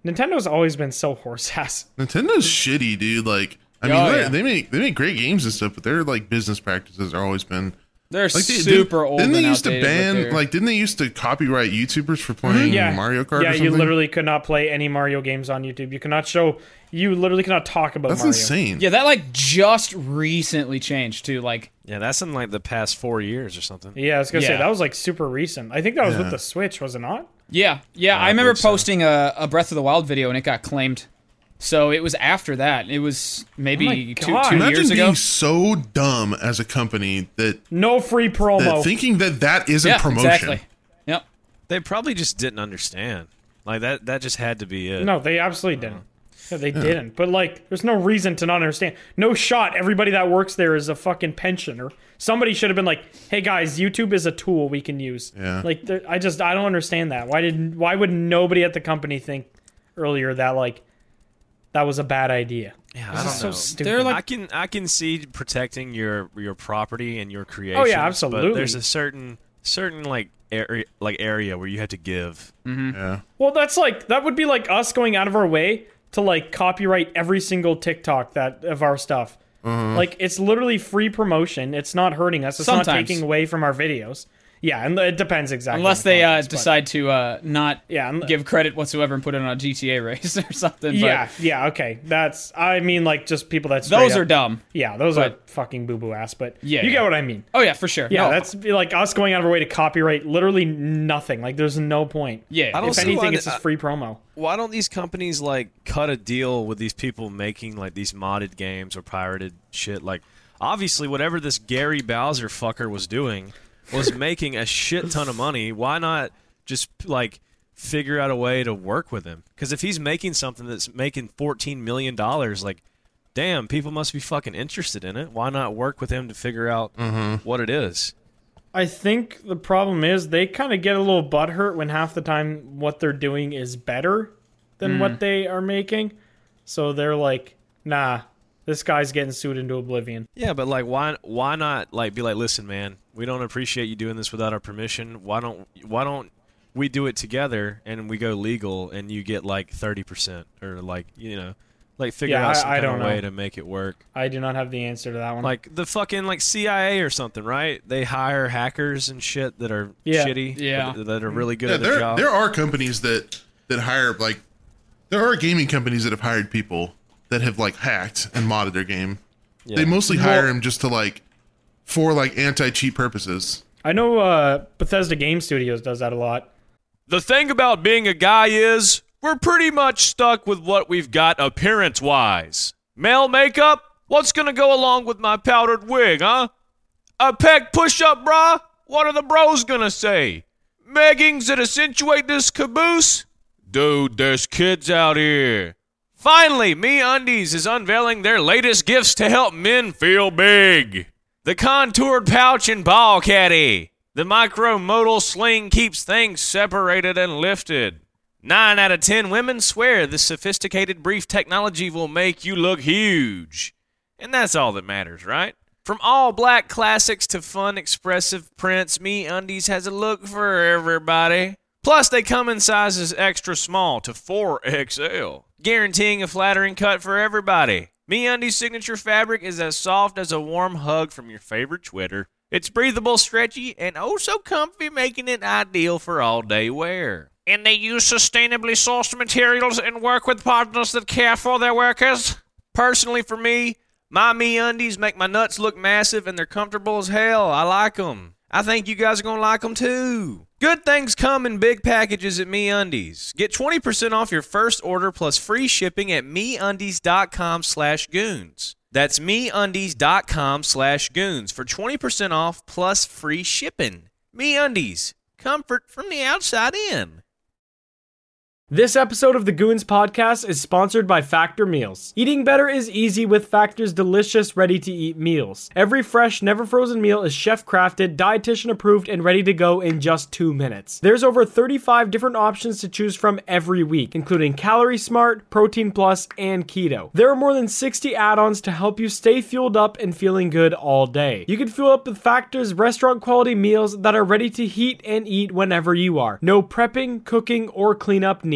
[SPEAKER 6] Nintendo's always been so horse ass.
[SPEAKER 3] Nintendo's shitty, dude. Like, I mean,
[SPEAKER 5] Oh,
[SPEAKER 3] they-
[SPEAKER 5] yeah.
[SPEAKER 3] they make they make great games and stuff, but their like business practices are always been
[SPEAKER 5] They're
[SPEAKER 3] like they,
[SPEAKER 5] super
[SPEAKER 3] didn't,
[SPEAKER 5] old.
[SPEAKER 3] Didn't they
[SPEAKER 5] and
[SPEAKER 3] used to
[SPEAKER 5] outdated Mm-hmm. with
[SPEAKER 3] ban
[SPEAKER 5] their-
[SPEAKER 3] like? Didn't they used to copyright YouTubers for playing
[SPEAKER 6] Yeah.
[SPEAKER 3] Mm, Mario Kart?
[SPEAKER 6] Yeah,
[SPEAKER 3] or
[SPEAKER 6] you
[SPEAKER 3] something?
[SPEAKER 6] literally could not play any Mario games on YouTube. You could not show, you literally could not talk about
[SPEAKER 3] That's
[SPEAKER 6] Mario.
[SPEAKER 3] insane.
[SPEAKER 5] yeah, that like just recently changed too. Like
[SPEAKER 4] yeah, that's in like the past four years or something.
[SPEAKER 6] Yeah, I was gonna say
[SPEAKER 5] Yeah.
[SPEAKER 6] that was like super recent. I think that was
[SPEAKER 3] Yeah.
[SPEAKER 6] with the Switch, was it not?
[SPEAKER 5] Yeah, yeah. I,
[SPEAKER 4] I
[SPEAKER 5] remember
[SPEAKER 4] believe so.
[SPEAKER 5] posting a, a Breath of the Wild video and it got claimed. So it was after that. It was maybe
[SPEAKER 6] Oh
[SPEAKER 5] two
[SPEAKER 6] my God.
[SPEAKER 5] two
[SPEAKER 3] Imagine
[SPEAKER 5] years
[SPEAKER 3] being
[SPEAKER 5] ago.
[SPEAKER 3] so dumb as a company that,
[SPEAKER 6] No free
[SPEAKER 3] that
[SPEAKER 6] promo.
[SPEAKER 3] thinking that that isn't
[SPEAKER 5] Yeah,
[SPEAKER 3] promotion.
[SPEAKER 5] exactly. Yep.
[SPEAKER 4] They probably just didn't understand. Like that that just had to be it.
[SPEAKER 6] no, they absolutely didn't. Yeah, they didn't. But like, there's no reason to not understand. No shot. Everybody that works there is a fucking pensioner. Somebody should have been like, "Hey guys, YouTube is a tool we can use."
[SPEAKER 3] Yeah.
[SPEAKER 6] Like, there- I just I don't understand that. Why did Why would nobody at the company think earlier that like that was a bad idea?
[SPEAKER 4] Yeah, I
[SPEAKER 6] This
[SPEAKER 4] don't
[SPEAKER 6] is so
[SPEAKER 4] know.
[SPEAKER 6] stupid.
[SPEAKER 5] They're like-
[SPEAKER 4] I can I can see protecting your your property and your creation.
[SPEAKER 6] Oh, absolutely.
[SPEAKER 4] But there's a certain certain like area like area where you have to give.
[SPEAKER 3] Yeah.
[SPEAKER 6] Well, that's like that would be like us going out of our way to like copyright every single TikTok that of our stuff. Like it's literally free promotion. It's not hurting us. It's not
[SPEAKER 5] Sometimes.
[SPEAKER 6] taking away from our videos. Yeah, and it depends exactly.
[SPEAKER 5] Unless
[SPEAKER 6] on the
[SPEAKER 5] they uh,
[SPEAKER 6] context, but-
[SPEAKER 5] decide to uh, not
[SPEAKER 6] Yeah, unle-
[SPEAKER 5] give credit whatsoever and put it on a GTA race or something. But
[SPEAKER 6] Yeah, yeah, okay. That's I mean like just people that straight
[SPEAKER 5] Those
[SPEAKER 6] up-
[SPEAKER 5] are dumb.
[SPEAKER 6] Yeah, those are
[SPEAKER 5] but-
[SPEAKER 6] fucking boo boo ass. But
[SPEAKER 5] Yeah,
[SPEAKER 6] you
[SPEAKER 5] yeah.
[SPEAKER 6] get what I mean.
[SPEAKER 5] Oh yeah, for sure.
[SPEAKER 6] Yeah,
[SPEAKER 5] No,
[SPEAKER 6] that's like us going out of our way to copyright literally nothing. Like there's no point.
[SPEAKER 5] yeah.
[SPEAKER 4] I don't
[SPEAKER 6] If
[SPEAKER 4] see why
[SPEAKER 6] anything,
[SPEAKER 4] the-
[SPEAKER 6] it's just
[SPEAKER 4] I-
[SPEAKER 6] free promo.
[SPEAKER 4] Why don't these companies like cut a deal with these people making like these modded games or pirated shit? Like obviously whatever this Gary Bowser fucker was doing was making a shit ton of money. Why not just like figure out a way to work with him? Because if he's making something that's making fourteen million dollars, like damn, people must be fucking interested in it. Why not work with him to figure out what it is?
[SPEAKER 6] I think the problem is they kind of get a little butthurt when half the time what they're doing is better than what they are making. So they're like, nah, this guy's getting sued into oblivion.
[SPEAKER 4] Yeah, but like, why why not like be like, listen, man, we don't appreciate you doing this without our permission. Why don't why don't we do it together and we go legal and you get like thirty percent or like you know, like figure
[SPEAKER 6] Yeah, I-
[SPEAKER 4] out some
[SPEAKER 6] I
[SPEAKER 4] kind
[SPEAKER 6] don't
[SPEAKER 4] of way
[SPEAKER 6] know.
[SPEAKER 4] to make it work.
[SPEAKER 6] I do not have the answer to that one.
[SPEAKER 4] Like the fucking like CIA or something, right? They hire hackers and shit that are
[SPEAKER 6] Yeah.
[SPEAKER 4] shitty,
[SPEAKER 5] Yeah.
[SPEAKER 4] but that are really good
[SPEAKER 3] Yeah,
[SPEAKER 4] at their
[SPEAKER 3] there
[SPEAKER 4] job.
[SPEAKER 3] there are companies that that hire like there are gaming companies that have hired people that have like hacked and modded their game They mostly hire him just to like for like anti cheat purposes.
[SPEAKER 6] I know uh, Bethesda Game Studios does that a lot.
[SPEAKER 4] The thing about being a guy is we're pretty much stuck with what we've got appearance wise. Male makeup? What's gonna go along with my powdered wig, huh? A peck push up, brah? What are the bros gonna say? Meggings that accentuate this caboose? Dude, there's kids out here. Finally, Me Undies is unveiling their latest gifts to help men feel big. The contoured pouch and ball caddy. The micromodal sling keeps things separated and lifted. Nine out of ten women swear this sophisticated brief technology will make you look huge. And that's all that matters, right? From all black classics to fun, expressive prints, Me Undies has a look for everybody. Plus, they come in sizes extra small to 4XL, guaranteeing a flattering cut for everybody. Me Undies' signature fabric is as soft as a warm hug from your favorite Twitter. It's breathable, stretchy, and oh so comfy, making it ideal for all day wear. And they use sustainably sourced materials and work with partners that care for their workers. Personally, for me, my me undies make my nuts look massive and they're comfortable as hell. I like them. I think you guys are going to like them too. Good things come in big packages at me undies. Get 20% off your first order plus free shipping at meundies.com slash goons. That's meundies.com slash goons for 20% off plus free shipping. Me undies. Comfort from the outside in.
[SPEAKER 7] This episode of the Goons Podcast is sponsored by Factor Meals. Eating better is easy with Factor's delicious, ready to eat meals. Every fresh, never frozen meal is chef crafted, dietitian approved, and ready to go in just two minutes. There's over 35 different options to choose from every week, including Calorie Smart, Protein Plus, and Keto. There are more than 60 add ons to help you stay fueled up and feeling good all day. You can fuel up with Factor's restaurant quality meals that are ready to heat and eat whenever you are. No prepping, cooking, or cleanup needed.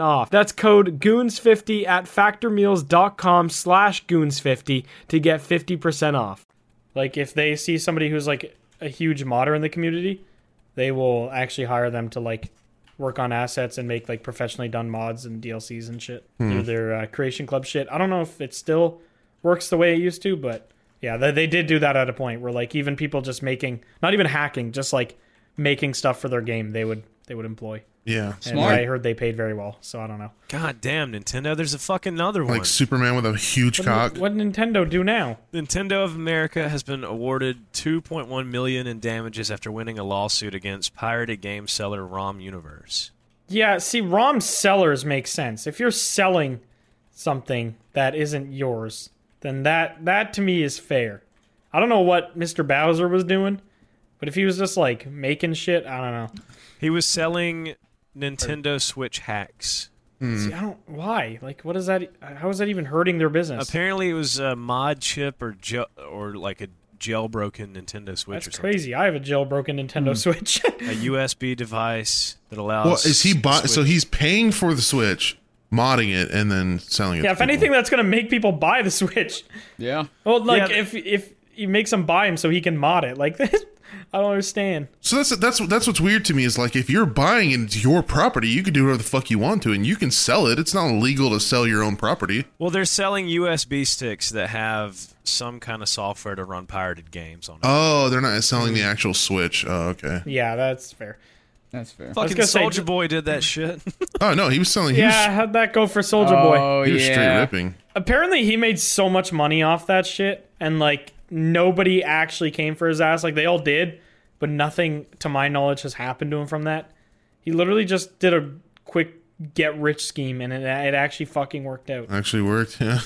[SPEAKER 7] off. That's code goons50 at factormeals.com slash goons50 to get 50% off.
[SPEAKER 6] Like if they see somebody who's like a huge modder in the community, they will actually hire them to like work on assets and make like professionally done mods and DLCs and shit through their uh, creation club shit. I don't know if it still works the way it used to, but yeah, they, they did do that at a point where like even people just making, not even hacking, just like making stuff for their game, they would they would employ.
[SPEAKER 3] Yeah.
[SPEAKER 6] And
[SPEAKER 5] Smart.
[SPEAKER 6] I heard they paid very well, so I don't know.
[SPEAKER 4] God damn, Nintendo, there's a fucking other one.
[SPEAKER 3] Like Superman with a huge cock.
[SPEAKER 6] What Nintendo do now?
[SPEAKER 4] Nintendo of America has been awarded 2.1 million in damages after winning a lawsuit against pirated game seller ROM Universe.
[SPEAKER 6] Yeah, see, ROM sellers make sense. If you're selling something that isn't yours, then that that to me is fair. I don't know what Mr. Bowser was doing, but if he was just like making shit, I don't know.
[SPEAKER 4] He was selling Nintendo Switch hacks.
[SPEAKER 5] Hmm.
[SPEAKER 6] See, I don't why. Like, what is that? How is that even hurting their business?
[SPEAKER 4] Apparently, it was a mod chip or gel, or like a jailbroken Nintendo Switch
[SPEAKER 6] That's
[SPEAKER 4] or something.
[SPEAKER 6] crazy. I have a jailbroken
[SPEAKER 5] Hmm.
[SPEAKER 6] Nintendo Switch.
[SPEAKER 4] A USB device that allows.
[SPEAKER 3] Well, is he buy- so
[SPEAKER 4] Switch-
[SPEAKER 3] he's paying for the Switch, modding it, and then selling it?
[SPEAKER 6] yeah,
[SPEAKER 3] to
[SPEAKER 6] if
[SPEAKER 5] Hmm.
[SPEAKER 3] people.
[SPEAKER 6] anything, that's gonna make people buy the Switch.
[SPEAKER 5] Yeah.
[SPEAKER 6] Well, like
[SPEAKER 4] Yeah,
[SPEAKER 6] if if he makes them buy him so he can mod it, like this, I don't understand.
[SPEAKER 3] So that's that's that's what's weird to me is like if you're buying and it's your property, you can do whatever the fuck you want to, and you can sell it. It's not illegal to sell your own property.
[SPEAKER 4] Well, they're selling USB sticks that have some kind of software to run pirated games on. it.
[SPEAKER 3] Oh, they're not selling
[SPEAKER 6] Mm.
[SPEAKER 3] the actual Switch. Oh, okay.
[SPEAKER 6] Yeah, that's fair.
[SPEAKER 5] That's fair.
[SPEAKER 4] Fucking
[SPEAKER 6] gonna say-
[SPEAKER 4] Soldier Boy did that shit.
[SPEAKER 3] Oh no, he was selling. He
[SPEAKER 6] Yeah, how'd that go for Soldier Boy?
[SPEAKER 5] Oh
[SPEAKER 3] was, he was straight
[SPEAKER 5] yeah.
[SPEAKER 3] ripping.
[SPEAKER 6] apparently he made so much money off that shit and like nobody actually came for his ass like they all did but nothing to my knowledge has happened to him from that he literally just did a quick get rich scheme and it, it actually fucking worked out
[SPEAKER 3] Actually worked. Yeah.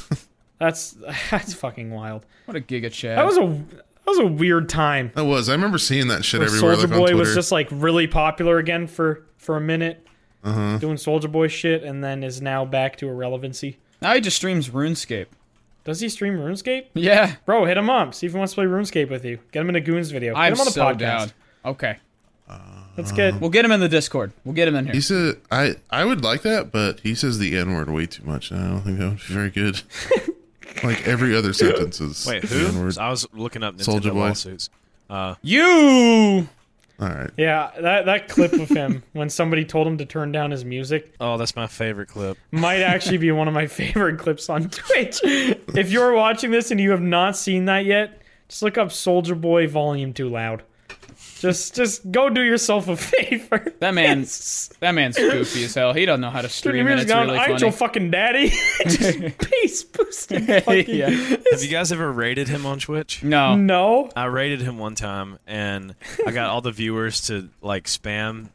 [SPEAKER 6] that's that's fucking wild
[SPEAKER 5] What a giga chat.
[SPEAKER 6] that was a that was a weird time
[SPEAKER 3] That was. I remember seeing that shit
[SPEAKER 6] where
[SPEAKER 3] everywhere.
[SPEAKER 6] soldier
[SPEAKER 3] like on
[SPEAKER 6] boy
[SPEAKER 3] Twitter.
[SPEAKER 6] was just like really popular again for for a minute
[SPEAKER 3] Uh-huh.
[SPEAKER 6] doing soldier boy shit and then is now back to irrelevancy
[SPEAKER 5] now he just streams RuneScape.
[SPEAKER 6] Does he stream RuneScape?
[SPEAKER 5] Yeah,
[SPEAKER 6] Bro, hit him up. See if he wants to play RuneScape with you. Get him in a Goons video. Get
[SPEAKER 5] I'm
[SPEAKER 6] him on the
[SPEAKER 5] so
[SPEAKER 6] podcast.
[SPEAKER 5] down. Okay,
[SPEAKER 6] Let's get.
[SPEAKER 5] we'll get him in the Discord. We'll get him in
[SPEAKER 3] He
[SPEAKER 5] here.
[SPEAKER 3] said, "I I would like that, but he says the N word way too much. and I don't think that would be very good. like every other sentence is
[SPEAKER 4] Wait,
[SPEAKER 3] the
[SPEAKER 4] who?
[SPEAKER 3] N-word.
[SPEAKER 4] I was looking up Nintendo
[SPEAKER 3] Soulja Boy.
[SPEAKER 4] lawsuits. Uh,
[SPEAKER 5] You.
[SPEAKER 3] All right,
[SPEAKER 6] Yeah, that, that clip of him when somebody told him to turn down his music
[SPEAKER 4] oh, that's my favorite clip.
[SPEAKER 6] might actually be one of my favorite clips on Twitch. if you're watching this and you have not seen that yet, just look up Soldier Boy Volume Too Loud. Just just go do yourself a favor.
[SPEAKER 5] That man's that man's goofy as hell. He don't know how to
[SPEAKER 6] Dude,
[SPEAKER 5] stream,
[SPEAKER 6] your
[SPEAKER 5] and
[SPEAKER 6] music's
[SPEAKER 5] it's
[SPEAKER 6] gone.
[SPEAKER 5] really
[SPEAKER 6] I ain't your
[SPEAKER 5] funny.
[SPEAKER 6] fucking daddy. just peace boosting. Fucking,
[SPEAKER 5] Yeah.
[SPEAKER 4] Have you guys ever rated him on Twitch?
[SPEAKER 5] No,
[SPEAKER 6] No.
[SPEAKER 4] I rated him one time, and I got all the viewers to like spam,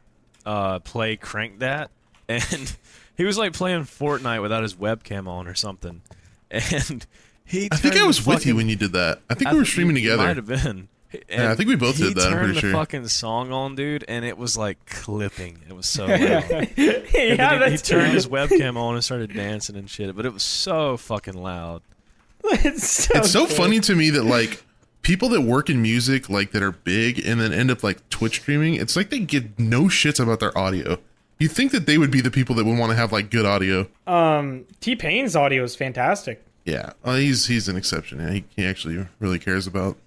[SPEAKER 4] uh, play crank that, and he was like playing Fortnite without his webcam on or something, and he.
[SPEAKER 3] I think I
[SPEAKER 4] turned
[SPEAKER 3] was
[SPEAKER 4] the
[SPEAKER 3] with you
[SPEAKER 4] fucking-
[SPEAKER 3] when you did that. I think we were streaming
[SPEAKER 4] you
[SPEAKER 3] together.
[SPEAKER 4] Might have been.
[SPEAKER 3] Yeah, I think we both
[SPEAKER 4] he
[SPEAKER 3] did that, I'm
[SPEAKER 4] turned
[SPEAKER 3] pretty
[SPEAKER 4] the
[SPEAKER 3] sure.
[SPEAKER 4] fucking song on, dude, and it was like clipping. It was so loud. And
[SPEAKER 6] Yeah,
[SPEAKER 4] then he, he
[SPEAKER 6] that's
[SPEAKER 4] turned his webcam on and started dancing and shit, but it was so fucking loud.
[SPEAKER 6] it's so,
[SPEAKER 3] It's so
[SPEAKER 6] good.
[SPEAKER 3] funny to me that like people that work in music like that are big and then end up like Twitch streaming. It's like they give no shits about their audio. You think that they would be the people that would want to have like good audio?
[SPEAKER 6] T Pain's audio is fantastic.
[SPEAKER 3] Yeah, well, he's he's an exception. Yeah, he, he actually really cares about.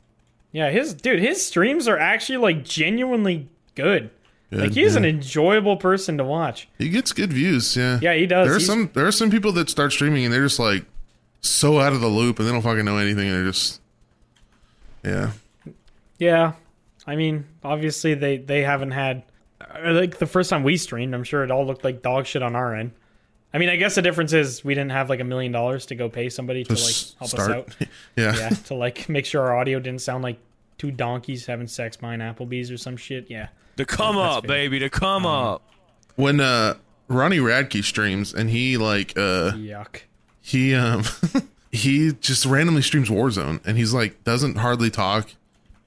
[SPEAKER 6] Yeah, his dude, his streams are actually like genuinely good.
[SPEAKER 3] Good,
[SPEAKER 6] Like he's
[SPEAKER 3] yeah.
[SPEAKER 6] an enjoyable person to watch.
[SPEAKER 3] he gets good views. Yeah,
[SPEAKER 6] Yeah, he does.
[SPEAKER 3] There are
[SPEAKER 6] He's-
[SPEAKER 3] some there are some people that start streaming and they're just like so out of the loop and they don't fucking know anything. And they're just yeah.
[SPEAKER 6] Yeah, I mean, obviously they they haven't had uh, like the first time we streamed. I'm sure it all looked like dog shit on our end. I mean, I guess the difference is we didn't have like a million dollars to go pay somebody to like
[SPEAKER 3] Just
[SPEAKER 6] help
[SPEAKER 3] start.
[SPEAKER 6] us out.
[SPEAKER 3] Yeah.
[SPEAKER 6] Yeah, to like make sure our audio didn't sound like two donkeys having sex behind Applebee's or some shit. Yeah.
[SPEAKER 4] The come up, baby, the come up.
[SPEAKER 3] When uh Ronnie Radke streams and he like uh
[SPEAKER 6] Yuck.
[SPEAKER 3] he um he just randomly streams Warzone and he's like doesn't hardly talk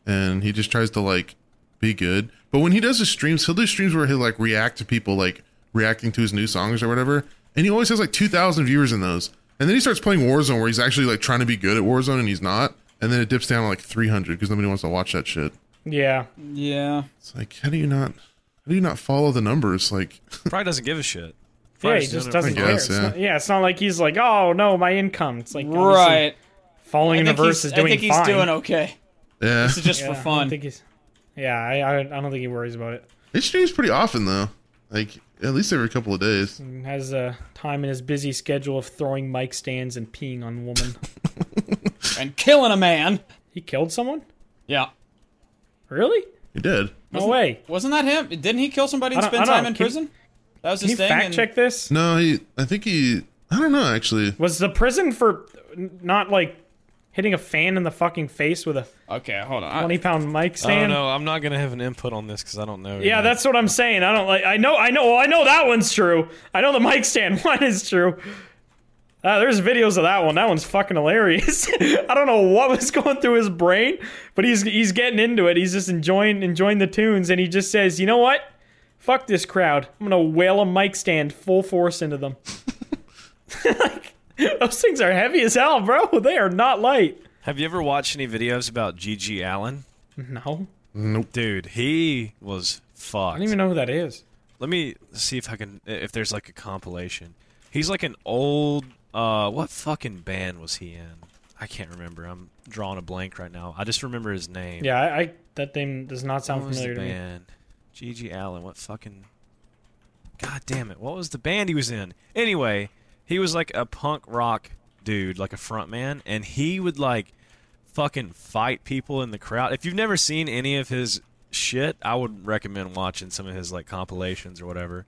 [SPEAKER 3] and he just tries to like be good. But when he does his streams, he'll do streams where he'll like react to people like reacting to his new songs or whatever. And he always has like two thousand viewers in those. And then he starts playing Warzone where he's actually like trying to be good at Warzone and he's not. And then it dips down to like three hundred because nobody wants to watch that shit.
[SPEAKER 6] Yeah.
[SPEAKER 5] yeah.
[SPEAKER 3] It's like how do you not how do you not follow the numbers? Like
[SPEAKER 4] Probably doesn't give a shit.
[SPEAKER 6] Yeah,
[SPEAKER 4] Probably
[SPEAKER 6] he just
[SPEAKER 4] doing it
[SPEAKER 6] doesn't
[SPEAKER 4] for
[SPEAKER 6] care.
[SPEAKER 4] money.
[SPEAKER 3] guess,
[SPEAKER 6] it's
[SPEAKER 3] yeah.
[SPEAKER 6] Not, yeah, it's not like he's like, oh no, my income. It's like obviously
[SPEAKER 5] Right.
[SPEAKER 6] falling in the verse is doing
[SPEAKER 5] I think he's
[SPEAKER 6] fine.
[SPEAKER 5] doing okay.
[SPEAKER 3] yeah.
[SPEAKER 5] This is just
[SPEAKER 6] Yeah,
[SPEAKER 5] for
[SPEAKER 6] I don't
[SPEAKER 5] fun.
[SPEAKER 6] think he's, yeah, I, I I don't think he worries about it.
[SPEAKER 3] It streams pretty often though. Like at least every couple of days.
[SPEAKER 6] has uh, time in his busy schedule of throwing mic stands and peeing on women.
[SPEAKER 5] and killing a man.
[SPEAKER 6] he killed someone?
[SPEAKER 5] Yeah.
[SPEAKER 6] Really?
[SPEAKER 3] He did.
[SPEAKER 6] No way.
[SPEAKER 5] Wasn't that him? Didn't he kill somebody and
[SPEAKER 6] I don't-
[SPEAKER 5] spend
[SPEAKER 6] I don't
[SPEAKER 5] time
[SPEAKER 6] know.
[SPEAKER 5] in
[SPEAKER 6] Can-
[SPEAKER 5] prison? That was
[SPEAKER 6] Can
[SPEAKER 5] his
[SPEAKER 6] you
[SPEAKER 5] thing.
[SPEAKER 6] fact
[SPEAKER 5] and-
[SPEAKER 6] check this?
[SPEAKER 3] No, he. I think he. I don't know. Actually,
[SPEAKER 6] Was the prison for n- not like hitting a fan in the fucking face with a
[SPEAKER 5] Okay, hold on. I-
[SPEAKER 6] 20 pound
[SPEAKER 5] Oh,
[SPEAKER 6] mic
[SPEAKER 4] I don't
[SPEAKER 6] stand?
[SPEAKER 4] know. Oh, I'm not gonna have an input on this because I don't know.
[SPEAKER 6] Yeah,
[SPEAKER 4] yet.
[SPEAKER 6] that's what I'm saying. I don't like. I know. I know. Well, I know that one's true. I know the mic stand one is true. Uh, there's videos of that one. That one's fucking hilarious. I don't know what was going through his brain, but he's he's getting into it. He's just enjoying enjoying the tunes, and he just says, "You know what? Fuck this crowd. I'm gonna whale a mic stand full force into them." like, those things are heavy as hell, bro. They are not light.
[SPEAKER 4] Have you ever watched any videos about GG Allen?
[SPEAKER 6] No,
[SPEAKER 4] Dude, he was fucked.
[SPEAKER 6] I don't even know who that is.
[SPEAKER 4] Let me see if I can if there's like a compilation. He's like an old uh what fucking band was he in? I can't remember. I'm drawing a blank right now. I just remember his name.
[SPEAKER 6] Yeah, I, I that name does not sound
[SPEAKER 4] What was
[SPEAKER 6] familiar
[SPEAKER 4] the
[SPEAKER 6] to me.
[SPEAKER 4] band? Gigi Allen. What fucking? God damn it! What was the band he was in? Anyway, he was like a punk rock dude, like a front man, and he would like fucking fight people in the crowd. If you've never seen any of his shit, I would recommend watching some of his like compilations or whatever.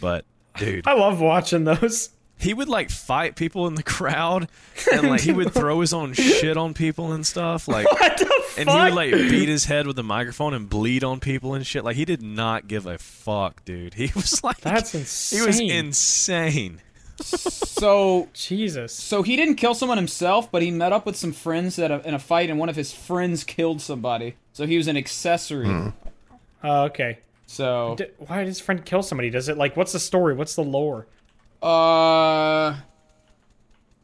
[SPEAKER 4] But dude,
[SPEAKER 6] I love watching those.
[SPEAKER 4] he would like fight people in the crowd, and like he would throw his own shit on people and stuff. Like
[SPEAKER 6] What the fuck?
[SPEAKER 4] and he would like beat his head with the microphone and bleed on people and shit. Like he did not give a fuck, dude. He was like
[SPEAKER 6] That's
[SPEAKER 4] He was
[SPEAKER 6] insane.
[SPEAKER 4] insane.
[SPEAKER 5] So,
[SPEAKER 6] Jesus.
[SPEAKER 5] so he didn't kill someone himself, but he met up with some friends at a, in a fight, and one of his friends killed somebody. So he was an accessory.
[SPEAKER 6] Uh, okay.
[SPEAKER 5] So,
[SPEAKER 6] D- why did his friend kill somebody? Does it like what's the story? What's the lore?
[SPEAKER 5] uh,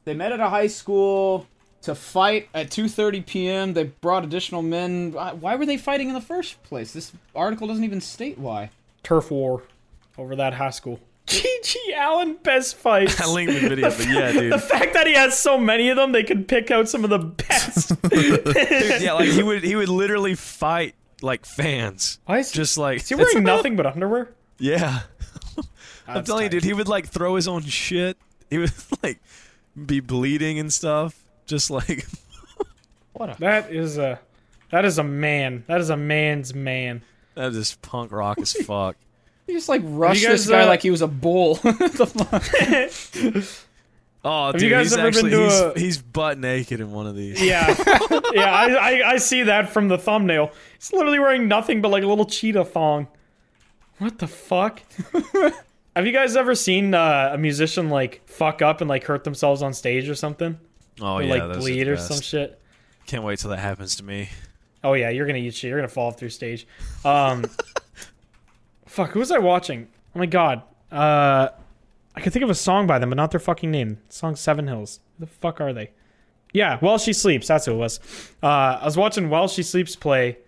[SPEAKER 5] They met at a high school to fight at 2:30 p.m. They brought additional men. Why why were they fighting in the first place? This article doesn't even state why.
[SPEAKER 6] Turf war over that high school. GG Allen best fights.
[SPEAKER 4] I linked the video, but yeah, dude.
[SPEAKER 6] The fact that he has so many of them, they could pick out some of the best.
[SPEAKER 4] Dude, yeah, like he would he would literally fight like fans.
[SPEAKER 6] Why is-
[SPEAKER 4] just like
[SPEAKER 6] Is he wearing nothing but underwear?
[SPEAKER 4] Yeah. I'm telling you, dude, he would like throw his own shit. He would like be bleeding and stuff. Just like
[SPEAKER 6] That is a, that is a man. That is a man's man.
[SPEAKER 4] that is punk rock as fuck.
[SPEAKER 5] He just like rushed
[SPEAKER 6] you guys,
[SPEAKER 5] this guy
[SPEAKER 6] uh,
[SPEAKER 5] like he was a bull. The fuck?
[SPEAKER 4] Oh, dude,
[SPEAKER 6] you guys
[SPEAKER 4] he's
[SPEAKER 6] ever been
[SPEAKER 4] actually
[SPEAKER 6] to
[SPEAKER 4] he's,
[SPEAKER 6] a-
[SPEAKER 4] he's butt naked in one of these.
[SPEAKER 6] Yeah, yeah. I, I I see that from the thumbnail. He's literally wearing nothing but like a little cheetah thong. What the fuck? Have you guys ever seen uh, a musician like fuck up and like hurt themselves on stage or something,
[SPEAKER 4] Oh
[SPEAKER 6] or
[SPEAKER 4] yeah,
[SPEAKER 6] like
[SPEAKER 4] those are
[SPEAKER 6] bleed
[SPEAKER 4] the
[SPEAKER 6] or some
[SPEAKER 4] best.
[SPEAKER 6] shit?
[SPEAKER 4] Can't wait till that happens to me.
[SPEAKER 6] Oh yeah, you're gonna eat shit. You're gonna fall through stage. Um, fuck, who was I watching? Oh my god. Uh, I can think of a song by them, but not their fucking name. song Seven Hills. Who the fuck are they? Yeah, While She Sleeps. That's who it was. Uh, I was watching While She Sleeps play.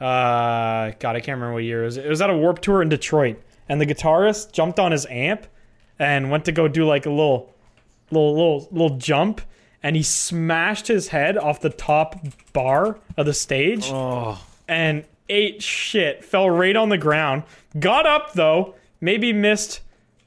[SPEAKER 6] Uh, God, I can't remember what year it was. It was at a Warp Tour in Detroit, and the guitarist jumped on his amp and went to go do like a little little little little jump and he smashed his head off the top bar of the stage
[SPEAKER 4] Oh.
[SPEAKER 6] Oh, and ate shit fell right on the ground got up though maybe missed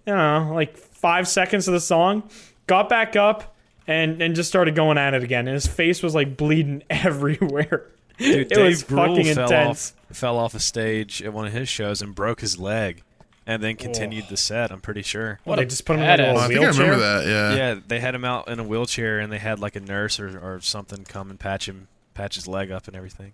[SPEAKER 6] you know like five seconds of the song got back up and and just started going at it again and his face was like bleeding everywhere
[SPEAKER 4] Dude,
[SPEAKER 6] it
[SPEAKER 4] Dave
[SPEAKER 6] was
[SPEAKER 4] Grohl
[SPEAKER 6] fucking
[SPEAKER 4] fell
[SPEAKER 6] intense
[SPEAKER 4] Off, fell off a stage at one of his shows and broke his leg, and then continued the set. I'm pretty sure.
[SPEAKER 6] well, they just put him in like, a
[SPEAKER 5] badass.
[SPEAKER 6] little
[SPEAKER 3] Oh, I think I
[SPEAKER 6] wheelchair.
[SPEAKER 3] remember that. Yeah.
[SPEAKER 4] Yeah, they had him out in a wheelchair, and they had like a nurse or, or something come and patch him, patch his leg up and everything.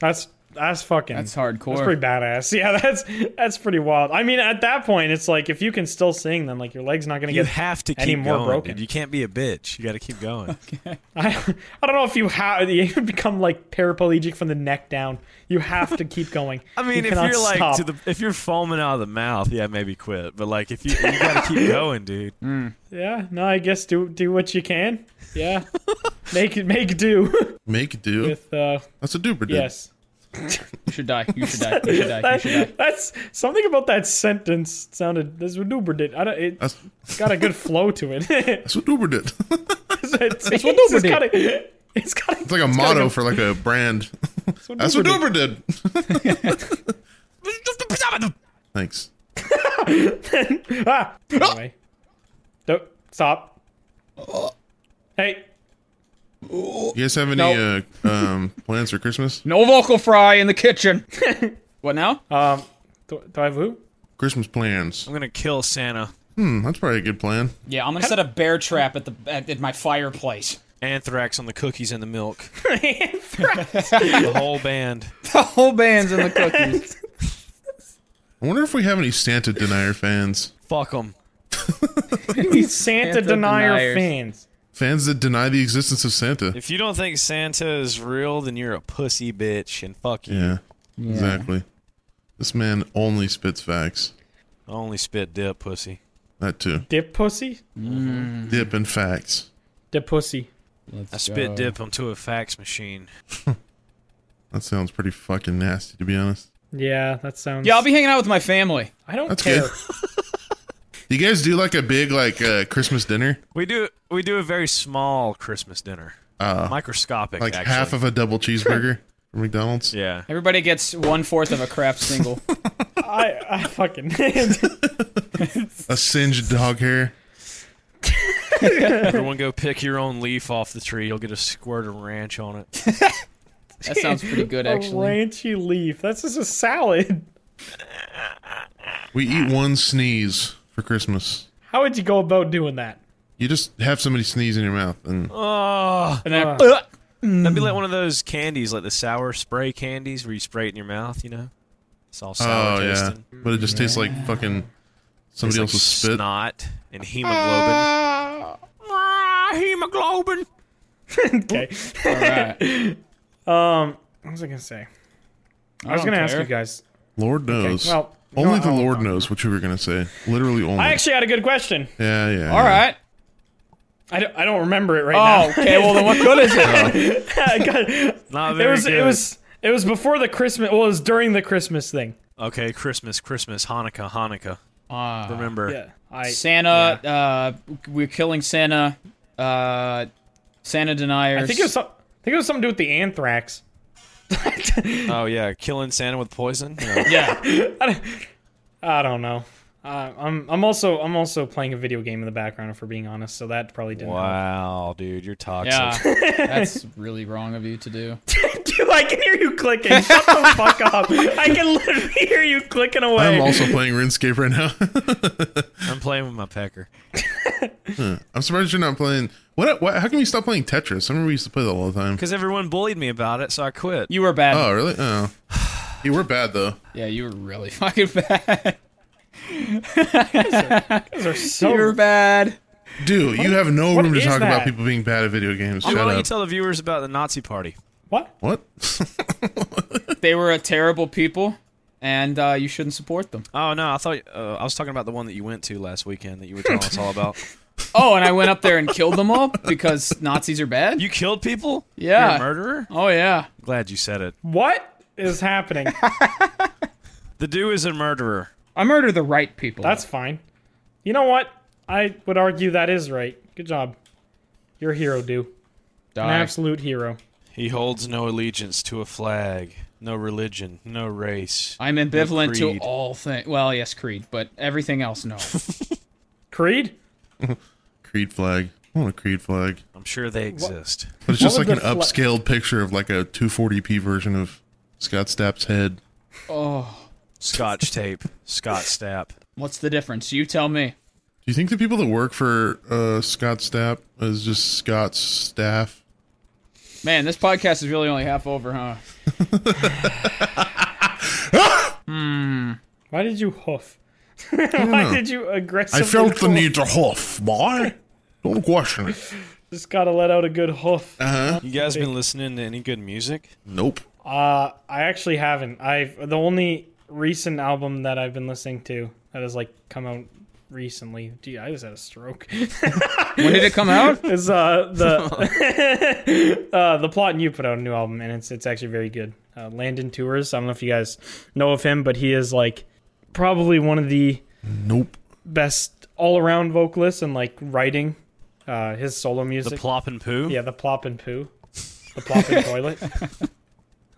[SPEAKER 6] that's that's fucking
[SPEAKER 5] That's hardcore.
[SPEAKER 6] That's pretty badass. Yeah, that's that's pretty wild. I mean, at that point, it's like if you can still sing, then like your leg's not gonna
[SPEAKER 4] You
[SPEAKER 6] get
[SPEAKER 4] have to keep
[SPEAKER 6] any more
[SPEAKER 4] going,
[SPEAKER 6] broken.
[SPEAKER 4] dude. You can't be a bitch. You got to keep going.
[SPEAKER 6] I, I don't know if you have you become like paraplegic from the neck down. You have to keep going.
[SPEAKER 4] I mean, if
[SPEAKER 6] You cannot
[SPEAKER 4] you're like
[SPEAKER 6] stop.
[SPEAKER 4] to the, if you're foaming out of the mouth, yeah, maybe quit. But like if you you got to keep going, dude.
[SPEAKER 6] yeah, no, I guess do do what you can. Yeah, make make do
[SPEAKER 3] Make it do.
[SPEAKER 6] with uh
[SPEAKER 3] That's a duper dude.
[SPEAKER 6] yes.
[SPEAKER 5] You should die. You should die. You should die. You should die.
[SPEAKER 6] That- that's something about that sentence sounded. This what Uber did. I don't. It,
[SPEAKER 3] That's
[SPEAKER 6] it's got a good flow to it.
[SPEAKER 3] that's what Uber did. it's
[SPEAKER 6] that's
[SPEAKER 5] what Uber did.
[SPEAKER 6] It's got.
[SPEAKER 3] like a motto for like a brand. that's what Uber did. Thanks.
[SPEAKER 6] Ah!
[SPEAKER 3] "Oh."
[SPEAKER 6] Anyway. Don't stop. Hey,
[SPEAKER 3] You guys have any
[SPEAKER 5] No.
[SPEAKER 3] uh, um, plans for Christmas?
[SPEAKER 5] No vocal fry in the kitchen. what now?
[SPEAKER 6] do, do I have who?
[SPEAKER 3] Christmas plans.
[SPEAKER 4] I'm gonna kill Santa
[SPEAKER 3] Hmm, that's probably a good plan.
[SPEAKER 5] yeah, I'm gonna set a bear trap at the at, at my fireplace.
[SPEAKER 4] anthrax on the cookies and the milk. the whole band.
[SPEAKER 5] The whole band's in the cookies.
[SPEAKER 3] I wonder if we have any Santa denier fans.
[SPEAKER 4] Fuck them.
[SPEAKER 6] Santa,
[SPEAKER 5] Santa
[SPEAKER 6] denier
[SPEAKER 5] deniers.
[SPEAKER 6] fans.
[SPEAKER 3] Fans that deny the existence of Santa.
[SPEAKER 4] If you don't think Santa is real, then you're a pussy bitch and fuck you.
[SPEAKER 3] Yeah, exactly. This man only spits facts.
[SPEAKER 4] Only spit dip, pussy.
[SPEAKER 3] That too.
[SPEAKER 6] Dip pussy?
[SPEAKER 3] Dip in facts.
[SPEAKER 6] Dip pussy.
[SPEAKER 4] I spit dip onto a fax machine.
[SPEAKER 3] That sounds pretty fucking nasty, to be honest.
[SPEAKER 6] Yeah, that sounds.
[SPEAKER 5] yeah, I'll be hanging out with my family.
[SPEAKER 6] I don't
[SPEAKER 3] That's
[SPEAKER 6] care.
[SPEAKER 3] good. Do you guys do like a big like uh, Christmas dinner?
[SPEAKER 4] We do we do a very small Christmas dinner. Microscopic,
[SPEAKER 3] Uh, Oh. Like
[SPEAKER 4] actually.
[SPEAKER 3] half of a double cheeseburger from McDonald's?
[SPEAKER 4] yeah.
[SPEAKER 5] Everybody gets one fourth of a crap single.
[SPEAKER 6] I, I fucking.
[SPEAKER 3] A singed dog hair.
[SPEAKER 4] Everyone go pick your own leaf off the tree. You'll get a squirt of ranch on it.
[SPEAKER 5] That sounds pretty good,
[SPEAKER 6] a
[SPEAKER 5] actually.
[SPEAKER 6] ranchy leaf. That's just a salad.
[SPEAKER 3] We
[SPEAKER 4] Ah.
[SPEAKER 3] eat one sneeze for Christmas.
[SPEAKER 6] How would you go about doing that?
[SPEAKER 3] You just have somebody sneeze in your mouth and
[SPEAKER 6] Ah.
[SPEAKER 4] Oh,
[SPEAKER 5] And then-
[SPEAKER 6] Uh.
[SPEAKER 4] that'd be like one of those candies, like the sour spray candies where you spray it in your mouth, you know? It's all sour
[SPEAKER 3] Oh yeah,
[SPEAKER 4] tasting.
[SPEAKER 3] but it just tastes like fucking
[SPEAKER 4] It's
[SPEAKER 3] somebody
[SPEAKER 4] like
[SPEAKER 3] else's spit.
[SPEAKER 4] snot and hemoglobin. Ah, hemoglobin.
[SPEAKER 6] Okay.
[SPEAKER 5] all right.
[SPEAKER 6] What was I going to say? I, was going to ask you guys.
[SPEAKER 3] Lord knows.
[SPEAKER 6] well, you know
[SPEAKER 3] only
[SPEAKER 6] what,
[SPEAKER 3] the
[SPEAKER 6] I'll-
[SPEAKER 3] Lord knows what you were gonna say. Literally only.
[SPEAKER 6] I actually had a good question.
[SPEAKER 3] yeah, yeah.
[SPEAKER 5] All right.
[SPEAKER 6] I don't, I don't remember it right
[SPEAKER 5] Oh,
[SPEAKER 6] now.
[SPEAKER 5] okay. Well, then what good is it?
[SPEAKER 6] I got-
[SPEAKER 4] Not
[SPEAKER 6] it
[SPEAKER 4] very
[SPEAKER 6] was
[SPEAKER 4] good.
[SPEAKER 6] it was it was before the Christmas. Well, it was during the Christmas thing.
[SPEAKER 4] okay. Christmas, Christmas, Hanukkah, Hanukkah.
[SPEAKER 5] Ah.
[SPEAKER 4] Remember?
[SPEAKER 6] Yeah, I
[SPEAKER 5] Santa, uh, we're killing Santa. Uh, Santa deniers.
[SPEAKER 6] I think it was some, I think it was something to do with the anthrax.
[SPEAKER 4] Oh yeah, killing Santa with poison. Yeah.
[SPEAKER 5] yeah.
[SPEAKER 6] I don't know. Uh, I'm I'm also I'm also playing a video game in the background. If we're being honest, so that probably didn't. help.
[SPEAKER 4] Wow, dude, you're toxic.
[SPEAKER 5] Yeah. That's really wrong of you to do.
[SPEAKER 6] Dude, I can hear you clicking. Shut the fuck up. I can literally hear you clicking away.
[SPEAKER 3] I'm also playing RuneScape right now.
[SPEAKER 4] I'm playing with my pecker.
[SPEAKER 3] I'm surprised you're not playing. What, what? How come you stopped playing Tetris? I remember we used to play that all the time.
[SPEAKER 4] Because everyone bullied me about it, so I quit.
[SPEAKER 5] You were bad.
[SPEAKER 3] Oh, really? Oh, you were bad though.
[SPEAKER 5] Yeah, you were really fucking bad.
[SPEAKER 6] so,
[SPEAKER 5] you were bad.
[SPEAKER 3] Dude, you have no
[SPEAKER 6] what
[SPEAKER 3] room to
[SPEAKER 6] is
[SPEAKER 3] talk about
[SPEAKER 6] that?
[SPEAKER 3] people being bad at video games.
[SPEAKER 4] Why
[SPEAKER 3] Shut
[SPEAKER 4] don't you
[SPEAKER 3] up.
[SPEAKER 4] tell the viewers about the Nazi party?
[SPEAKER 6] what?
[SPEAKER 3] what?
[SPEAKER 5] They were a terrible people, and uh, you shouldn't support them.
[SPEAKER 4] Oh no, I thought uh, I was talking about the one that you went to last weekend that you were telling us all about.
[SPEAKER 5] Oh, and I went up there and killed them all because Nazis are bad.
[SPEAKER 4] You killed people? You're
[SPEAKER 5] Yeah.
[SPEAKER 4] a murderer?
[SPEAKER 5] oh yeah.
[SPEAKER 4] Glad you said it.
[SPEAKER 6] What is happening?
[SPEAKER 4] The dude is a murderer.
[SPEAKER 5] I murder the right people.
[SPEAKER 6] That's fine. You know what? I would argue that is right. Good job. You're a hero, do. An
[SPEAKER 5] Die.
[SPEAKER 6] absolute hero.
[SPEAKER 4] He holds no allegiance to a flag, no religion, no race.
[SPEAKER 5] I'm ambivalent to
[SPEAKER 4] Creed.
[SPEAKER 5] all things. Well, yes, Creed, but everything else, no.
[SPEAKER 6] Creed?
[SPEAKER 3] Creed flag. I want a Creed flag.
[SPEAKER 4] I'm sure they exist.
[SPEAKER 3] But it's just
[SPEAKER 6] would
[SPEAKER 3] like an
[SPEAKER 6] the fla-
[SPEAKER 3] upscaled picture of like a 240p version of Scott Stapp's head.
[SPEAKER 4] Scotch tape, Scott Stapp.
[SPEAKER 5] What's the difference? You tell me.
[SPEAKER 3] Do you think the people that work for uh, Scott Stapp is just Scott's staff?
[SPEAKER 5] Man, this podcast is really only half over, huh?
[SPEAKER 6] Why did you hoof?
[SPEAKER 3] know.
[SPEAKER 6] Why did you aggressively? hoof?
[SPEAKER 3] to huff, boy. Don't question it.
[SPEAKER 6] Just gotta let out a good hoof.
[SPEAKER 4] You guys been listening to any good music?
[SPEAKER 3] Nope.
[SPEAKER 6] Uh, I actually haven't. I've the only recent album that I've been listening to that has like come out recently. Gee, I just had a stroke.
[SPEAKER 5] When did it come out?
[SPEAKER 6] is uh the uh the plot and you put out a new album and it's it's actually very good. Uh, Landon Tours. I don't know if you guys know of him, but he is like probably one of the
[SPEAKER 3] Nope.
[SPEAKER 6] best all around vocalists and like writing. Uh, his solo
[SPEAKER 4] The
[SPEAKER 6] music.
[SPEAKER 4] Plop and Poo?
[SPEAKER 6] Yeah, the plop and poo, the plop and toilet.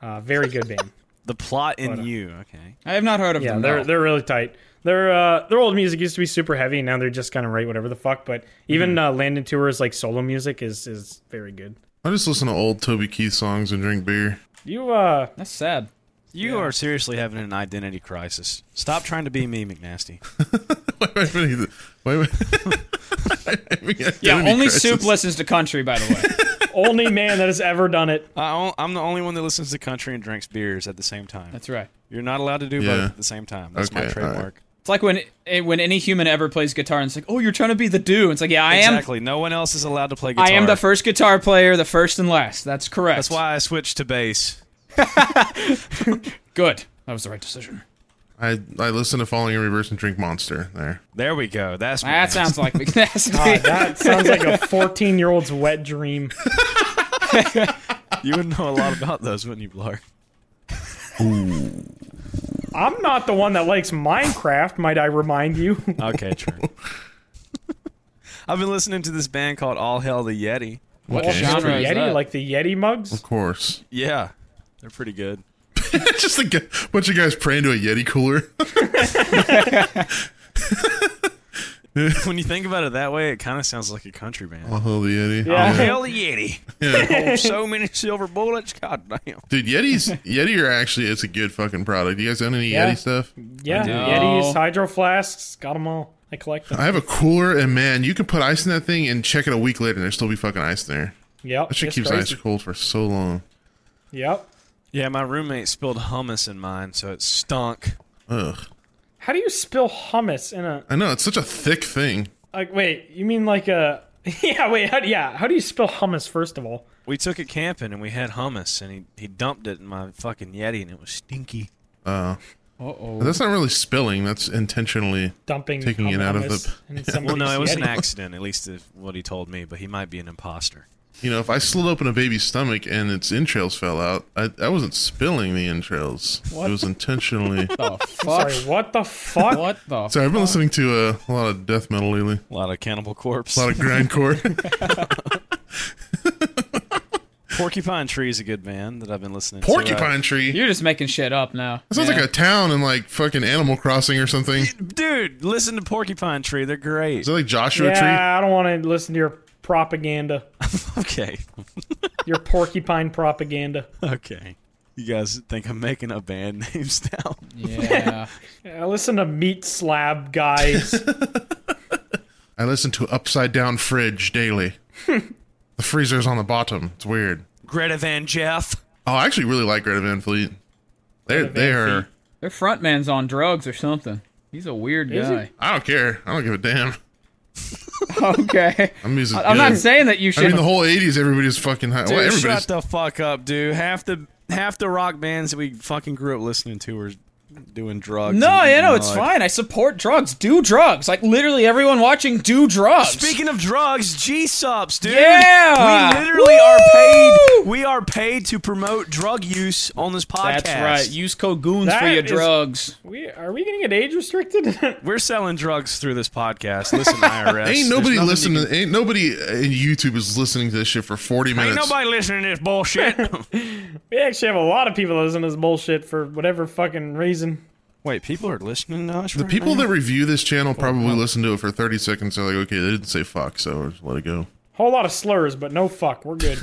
[SPEAKER 6] Uh, very good band.
[SPEAKER 4] The Plot in You. Okay.
[SPEAKER 5] I have not heard of
[SPEAKER 6] Yeah,
[SPEAKER 5] them.
[SPEAKER 6] they're
[SPEAKER 5] no.
[SPEAKER 6] they're really tight. Their uh, their old music used to be super heavy. Now they're just kind of right, whatever the fuck. But
[SPEAKER 3] Mm-hmm.
[SPEAKER 6] even uh, Landon Tours like solo music is is very good.
[SPEAKER 3] I just listen to old Toby Keith songs and drink beer.
[SPEAKER 6] You uh,
[SPEAKER 5] That's sad.
[SPEAKER 4] You are seriously having an identity crisis. Stop trying to be me, McNasty.
[SPEAKER 3] Why am I having the- why am I-
[SPEAKER 5] Yeah, only Soup
[SPEAKER 3] less.
[SPEAKER 5] listens to country, by the way.
[SPEAKER 6] only man that has ever done it.
[SPEAKER 4] I, on- I'm the only one that listens to country and drinks beers at the same time.
[SPEAKER 5] That's right.
[SPEAKER 4] You're not allowed to do
[SPEAKER 3] Yeah.
[SPEAKER 4] both at the same time. That's my
[SPEAKER 3] Okay, all right.
[SPEAKER 4] trademark.
[SPEAKER 5] It's like when eh, when any human ever plays guitar and it's like, oh, you're trying to be the dude. It's like, yeah, I am.
[SPEAKER 4] Exactly. No one else is allowed to play guitar.
[SPEAKER 5] I am the first guitar player, the first and last. That's correct.
[SPEAKER 4] That's why I switched to bass.
[SPEAKER 5] Good. That was the right decision.
[SPEAKER 3] I, I listen to Falling in Reverse and Drink Monster there.
[SPEAKER 4] There we go. That's
[SPEAKER 5] That
[SPEAKER 4] McNasty.
[SPEAKER 5] sounds like McNasty.
[SPEAKER 6] God, that sounds like a fourteen year old's wet dream.
[SPEAKER 4] You would know a lot about those, wouldn't you, Blar?
[SPEAKER 6] I'm not the one that likes Minecraft, might I remind you?
[SPEAKER 4] Okay, true. I've been listening to this band called All Hell the Yeti.
[SPEAKER 6] What
[SPEAKER 3] Okay.
[SPEAKER 6] genre
[SPEAKER 5] genre is
[SPEAKER 6] Yeti?
[SPEAKER 5] that?
[SPEAKER 6] Like the Yeti mugs?
[SPEAKER 3] Of course.
[SPEAKER 4] Yeah, they're pretty good.
[SPEAKER 3] just a g- bunch of guys praying to a Yeti cooler.
[SPEAKER 4] When you think about it that way, it kind of sounds like a country band.
[SPEAKER 3] oh, hell, the Yeti.
[SPEAKER 6] Yeah.
[SPEAKER 4] Hell the Yeti. Hold so many silver bullets. God damn.
[SPEAKER 3] Dude, Yetis Yeti are actually it's a good fucking product. You guys own any
[SPEAKER 6] Yeah.
[SPEAKER 3] Yeti stuff?
[SPEAKER 6] Yeah,
[SPEAKER 5] do.
[SPEAKER 6] Yetis,
[SPEAKER 5] No.
[SPEAKER 6] hydro flasks, got them all. I collect them.
[SPEAKER 3] I have a cooler and man, you can put ice in that thing and check it a week later and there'll still be fucking ice in there.
[SPEAKER 6] Yep,
[SPEAKER 3] That shit
[SPEAKER 6] it's
[SPEAKER 3] keeps
[SPEAKER 6] crazy.
[SPEAKER 3] ice cold for so long.
[SPEAKER 6] Yep.
[SPEAKER 4] Yeah, my roommate spilled hummus in mine, so it stunk.
[SPEAKER 3] Ugh.
[SPEAKER 6] How do you spill hummus in a
[SPEAKER 3] I know, it's such a thick thing.
[SPEAKER 6] like? Wait, you mean like a? Yeah, wait, how, yeah. How do you spill hummus? First of all,
[SPEAKER 4] We took it camping and we had hummus, and he, he dumped it in my fucking Yeti, and it was stinky.
[SPEAKER 3] Uh
[SPEAKER 5] oh.
[SPEAKER 3] That's not really spilling. That's intentionally.
[SPEAKER 6] dumping
[SPEAKER 3] Taking it out of
[SPEAKER 6] hummus
[SPEAKER 3] the-
[SPEAKER 6] in
[SPEAKER 4] Well,
[SPEAKER 6] somebody's
[SPEAKER 4] no, it was an
[SPEAKER 6] Yeti.
[SPEAKER 4] accident, at least is what he told me, but he might be an imposter.
[SPEAKER 3] You know, if I slid open a baby's stomach and its entrails fell out, I, I wasn't spilling the entrails. It was intentionally.
[SPEAKER 5] What the fuck?
[SPEAKER 6] Sorry, what the fuck?
[SPEAKER 5] What the
[SPEAKER 3] Sorry, I've been listening to uh, a lot of death metal lately.
[SPEAKER 4] A lot of cannibal corpse.
[SPEAKER 3] A lot of grindcore.
[SPEAKER 4] Porcupine Tree is a good band that I've been listening to.
[SPEAKER 3] Porcupine Tree.
[SPEAKER 5] You're just making shit up now.
[SPEAKER 3] That sounds
[SPEAKER 5] Yeah.
[SPEAKER 3] like a town in like fucking Animal Crossing or something. Is
[SPEAKER 4] Uh, Dude, listen to Porcupine Tree. They're great.
[SPEAKER 3] it like Joshua Tree?
[SPEAKER 6] yeah, I don't want to listen to your propaganda,
[SPEAKER 4] Okay.
[SPEAKER 6] your porcupine propaganda.
[SPEAKER 4] Okay. You guys think I'm making up band names now?
[SPEAKER 5] yeah.
[SPEAKER 6] I listen to meat slab guys.
[SPEAKER 3] I listen to Upside Down Fridge daily. the freezer's on the bottom. It's weird.
[SPEAKER 4] Greta Van Jeff.
[SPEAKER 3] Oh, I actually really like Greta Van Fleet. They're they are.
[SPEAKER 5] Their front man's on drugs or something. He's a weird
[SPEAKER 6] Is he?
[SPEAKER 5] guy.
[SPEAKER 3] I don't care. I don't give a damn.
[SPEAKER 5] Okay.
[SPEAKER 3] I'm music.
[SPEAKER 5] I'm
[SPEAKER 3] good.
[SPEAKER 5] not saying that you
[SPEAKER 3] I
[SPEAKER 5] should.
[SPEAKER 3] mean, the whole '80s, everybody was fucking high.
[SPEAKER 4] Dude,
[SPEAKER 3] well,
[SPEAKER 4] shut
[SPEAKER 3] Oh, everybody's.
[SPEAKER 4] the fuck up, dude. Half the half the rock bands that we fucking grew up listening to were doing drugs.
[SPEAKER 5] no,
[SPEAKER 4] and
[SPEAKER 5] you
[SPEAKER 4] eating
[SPEAKER 5] know, it's
[SPEAKER 4] all that-
[SPEAKER 5] fine. I support drugs. Do drugs. Like, literally, everyone watching, do drugs.
[SPEAKER 4] Speaking of drugs, G Subs, dude.
[SPEAKER 5] Yeah!
[SPEAKER 4] We literally
[SPEAKER 5] Woo!
[SPEAKER 4] are paid. We are paid to promote drug use on this podcast.
[SPEAKER 5] That's right. Use code goons for
[SPEAKER 6] That
[SPEAKER 5] your
[SPEAKER 6] is-
[SPEAKER 5] drugs.
[SPEAKER 6] we are we gonna get age restricted?
[SPEAKER 4] We're selling drugs through this podcast. Listen, IRS.
[SPEAKER 3] Ain't
[SPEAKER 4] There's
[SPEAKER 3] nobody
[SPEAKER 4] nothing
[SPEAKER 3] listening.
[SPEAKER 4] you can-
[SPEAKER 3] ain't nobody in YouTube is listening to this shit for 40 minutes.
[SPEAKER 4] Ain't nobody listening to this bullshit.
[SPEAKER 6] we actually have a lot of people that listen to this bullshit for whatever fucking reason.
[SPEAKER 4] Wait, people are listening to us.
[SPEAKER 3] the people that review this channel probably listen to it for 30 seconds. They're like, okay, they didn't say fuck, so we'll just let it go.
[SPEAKER 6] Whole lot of slurs, but no fuck. We're good.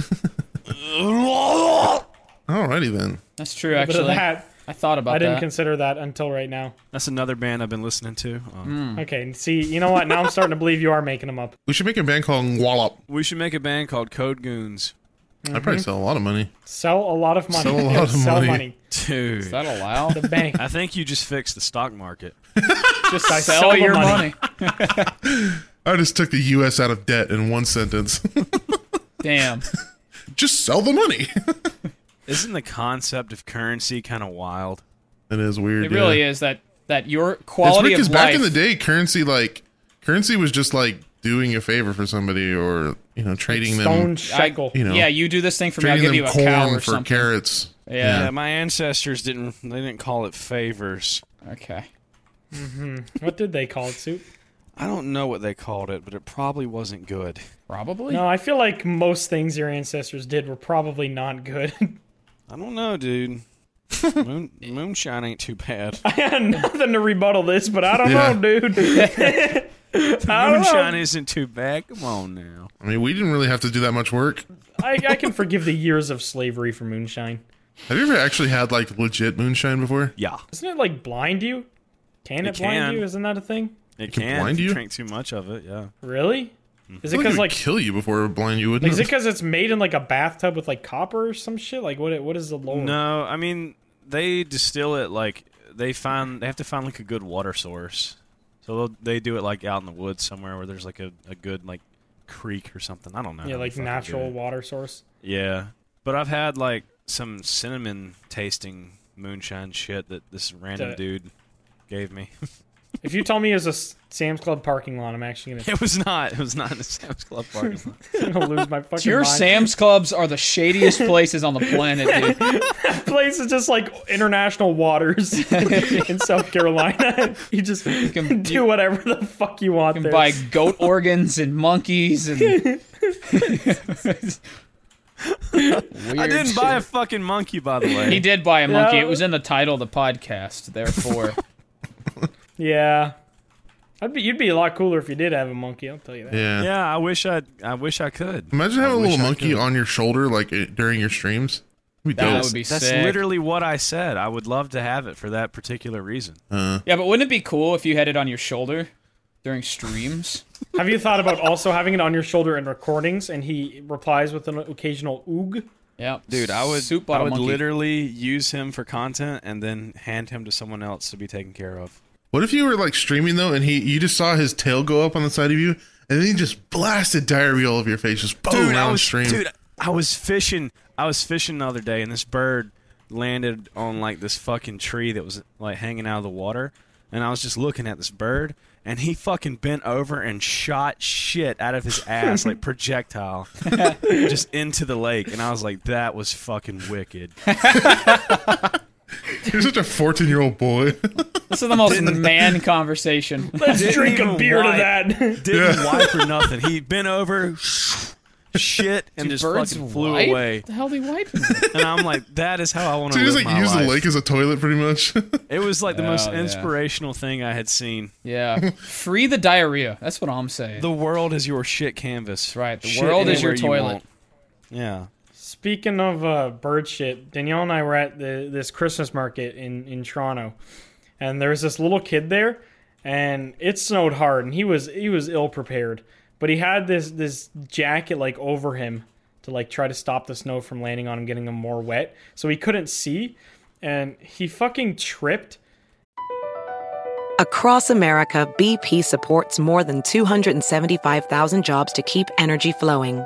[SPEAKER 3] Alrighty then.
[SPEAKER 5] That's true,
[SPEAKER 6] But of
[SPEAKER 5] actually.
[SPEAKER 6] that,
[SPEAKER 5] I thought about
[SPEAKER 6] I didn't
[SPEAKER 5] that.
[SPEAKER 6] consider that until right now.
[SPEAKER 4] That's another band I've been listening to. Oh.
[SPEAKER 6] Okay, see, you know what? Now I'm starting to believe you are making them up.
[SPEAKER 3] We should make a band called Wallop.
[SPEAKER 4] We should make a band called Code Goons.
[SPEAKER 3] I'd probably sell a lot of money.
[SPEAKER 6] Sell a lot of money.
[SPEAKER 3] Sell a lot
[SPEAKER 6] Yeah,
[SPEAKER 3] of
[SPEAKER 6] sell
[SPEAKER 3] money.
[SPEAKER 5] Is
[SPEAKER 4] Dude,
[SPEAKER 5] that allowed?
[SPEAKER 6] The bank.
[SPEAKER 4] I think you just fixed the stock market.
[SPEAKER 5] Just
[SPEAKER 6] I
[SPEAKER 5] sell,
[SPEAKER 6] sell the
[SPEAKER 5] your
[SPEAKER 6] money.
[SPEAKER 5] money.
[SPEAKER 3] I just took the U.S. out of debt in one sentence.
[SPEAKER 5] Damn.
[SPEAKER 3] just sell the money.
[SPEAKER 4] Isn't the concept of currency kind of wild?
[SPEAKER 3] it is weird.
[SPEAKER 5] It really
[SPEAKER 3] yeah.
[SPEAKER 5] is that that your
[SPEAKER 3] It's
[SPEAKER 5] quality
[SPEAKER 3] weird because
[SPEAKER 5] of
[SPEAKER 3] back
[SPEAKER 5] life.
[SPEAKER 3] in the day, currency like currency was just like doing a favor for somebody or you know trading
[SPEAKER 6] Stone
[SPEAKER 3] them,
[SPEAKER 6] shekel.
[SPEAKER 3] you know,
[SPEAKER 5] yeah, you do this thing for me. I'll
[SPEAKER 3] trading
[SPEAKER 5] give you
[SPEAKER 3] them
[SPEAKER 5] a cow
[SPEAKER 3] corn
[SPEAKER 5] or
[SPEAKER 3] for
[SPEAKER 5] something.
[SPEAKER 3] carrots.
[SPEAKER 5] Yeah.
[SPEAKER 4] Yeah, my ancestors didn't. They didn't call it favors.
[SPEAKER 5] Okay.
[SPEAKER 6] What did they call it, soup?
[SPEAKER 4] I don't know what they called it, but it probably wasn't good.
[SPEAKER 5] Probably.
[SPEAKER 6] No, I feel like most things your ancestors did were probably not good.
[SPEAKER 4] I don't know, dude. Moon, moonshine ain't too bad.
[SPEAKER 6] I had nothing to rebuttal this, but I don't
[SPEAKER 3] Yeah.
[SPEAKER 6] know, dude. I, don't
[SPEAKER 4] Moonshine
[SPEAKER 6] know.
[SPEAKER 4] isn't too bad. Come on now.
[SPEAKER 3] I mean, we didn't really have to do that much work.
[SPEAKER 6] I, I can forgive the years of slavery for moonshine.
[SPEAKER 3] Have you ever actually had like legit moonshine before?
[SPEAKER 4] Yeah,
[SPEAKER 6] Isn't it like blind you? Can
[SPEAKER 4] It
[SPEAKER 6] it, blind
[SPEAKER 4] can.
[SPEAKER 6] you? Isn't that a thing?
[SPEAKER 4] it
[SPEAKER 3] can
[SPEAKER 4] can.
[SPEAKER 3] blind
[SPEAKER 4] if you
[SPEAKER 3] you?
[SPEAKER 4] drink too much of it. Yeah.
[SPEAKER 6] Really? Is
[SPEAKER 3] I feel
[SPEAKER 6] it
[SPEAKER 3] like
[SPEAKER 6] because
[SPEAKER 3] it would
[SPEAKER 6] like
[SPEAKER 3] kill you before it would blind you, wouldn't
[SPEAKER 6] is it
[SPEAKER 3] it?
[SPEAKER 6] because it's made in like a bathtub with like copper or some shit? Like what? What is the lore?
[SPEAKER 4] No, I mean they distill it like they find they have to find like a good water source. So they'll, they do it like out in the woods somewhere where there's like a, a good like creek or something. I don't know.
[SPEAKER 6] Yeah,
[SPEAKER 4] how they
[SPEAKER 6] like
[SPEAKER 4] fucking do
[SPEAKER 6] natural
[SPEAKER 4] it.
[SPEAKER 6] water source.
[SPEAKER 4] Yeah, but I've had like some cinnamon tasting moonshine shit that this random
[SPEAKER 6] The-
[SPEAKER 4] dude gave me.
[SPEAKER 6] If you tell me it's a S- Sam's Club parking lot, I'm actually gonna
[SPEAKER 4] it was not. It was not in the Sam's Club parking lot.
[SPEAKER 6] gonna lose my fucking
[SPEAKER 5] Your
[SPEAKER 6] mind.
[SPEAKER 5] Sam's Clubs are the shadiest places on the planet, dude.
[SPEAKER 6] place is just like international waters in South Carolina. you just
[SPEAKER 5] can-
[SPEAKER 6] do
[SPEAKER 5] you-
[SPEAKER 6] whatever the fuck you want
[SPEAKER 5] You
[SPEAKER 6] there.
[SPEAKER 5] buy goat organs and monkeys and. Weird
[SPEAKER 4] I didn't buy a fucking monkey, by the way.
[SPEAKER 5] He did buy a monkey.
[SPEAKER 6] Yeah.
[SPEAKER 5] It was in the title of the podcast, therefore.
[SPEAKER 6] yeah. I'd be, you'd be a lot cooler if you did have a monkey. I'll tell you that.
[SPEAKER 3] Yeah.
[SPEAKER 4] Yeah, I wish I. I wish I could.
[SPEAKER 3] Imagine having a
[SPEAKER 4] wish
[SPEAKER 3] little
[SPEAKER 4] I
[SPEAKER 3] monkey
[SPEAKER 4] could.
[SPEAKER 3] on your shoulder like it- during your streams. It'd be
[SPEAKER 5] That
[SPEAKER 3] dope.
[SPEAKER 5] would be
[SPEAKER 4] That's
[SPEAKER 5] sick.
[SPEAKER 4] literally what I said. I would love to have it for that particular reason.
[SPEAKER 5] yeah, but wouldn't it be cool if you had it on your shoulder during streams?
[SPEAKER 6] Have you thought about also having it on your shoulder in recordings and he replies with an occasional oog?
[SPEAKER 5] Yeah,
[SPEAKER 4] Dude, I would
[SPEAKER 5] Soup
[SPEAKER 4] I
[SPEAKER 5] bottle
[SPEAKER 4] would
[SPEAKER 5] monkey.
[SPEAKER 4] literally use him for content and then hand him to someone else to be taken care of.
[SPEAKER 3] What if you were like streaming though, and he you just saw his tail go up on the side of you, and then he just blasted diarrhea all over your face, just boom
[SPEAKER 4] Dude, I
[SPEAKER 3] Oh, on
[SPEAKER 4] was
[SPEAKER 3] stream.
[SPEAKER 4] dude, I was fishing. I was fishing the other day and this bird landed on like this fucking tree that was like hanging out of the water, and I was just looking at this bird, and he fucking bent over and shot shit out of his ass like projectile, just into the lake, and I was like, that was fucking wicked.
[SPEAKER 3] You're such a 14 year old boy.
[SPEAKER 5] This is the most man conversation.
[SPEAKER 6] Let's drink a
[SPEAKER 4] even
[SPEAKER 6] beer to
[SPEAKER 4] wipe.
[SPEAKER 6] that.
[SPEAKER 4] Didn't wipe or nothing. He bent over, shit, and
[SPEAKER 5] Do
[SPEAKER 4] just
[SPEAKER 5] birds
[SPEAKER 4] fucking flew
[SPEAKER 5] wipe?
[SPEAKER 4] away.
[SPEAKER 5] The hell they wiping?
[SPEAKER 4] And I'm like, that is how I want
[SPEAKER 3] So
[SPEAKER 4] to
[SPEAKER 3] he
[SPEAKER 4] live
[SPEAKER 3] just like
[SPEAKER 4] my
[SPEAKER 3] used
[SPEAKER 4] life.
[SPEAKER 3] the lake as a toilet, pretty much.
[SPEAKER 4] It was like the most
[SPEAKER 5] Oh, yeah.
[SPEAKER 4] inspirational thing I had seen.
[SPEAKER 5] yeah. Free the diarrhea. That's what I'm saying.
[SPEAKER 4] The world is your shit canvas.
[SPEAKER 5] Right, the
[SPEAKER 4] Shit
[SPEAKER 5] world is your
[SPEAKER 4] anywhere you
[SPEAKER 5] toilet.
[SPEAKER 4] want. yeah.
[SPEAKER 6] Speaking of uh, bird shit, Danielle and I were at the, this Christmas market in, in Toronto, and there was this little kid there, and it snowed hard, and he was he was ill prepared, but he had this this jacket like over him to like try to stop the snow from landing on him, getting him more wet, so he couldn't see, and he fucking tripped.
[SPEAKER 8] Across America, BP supports more than 275,000 jobs to keep energy flowing.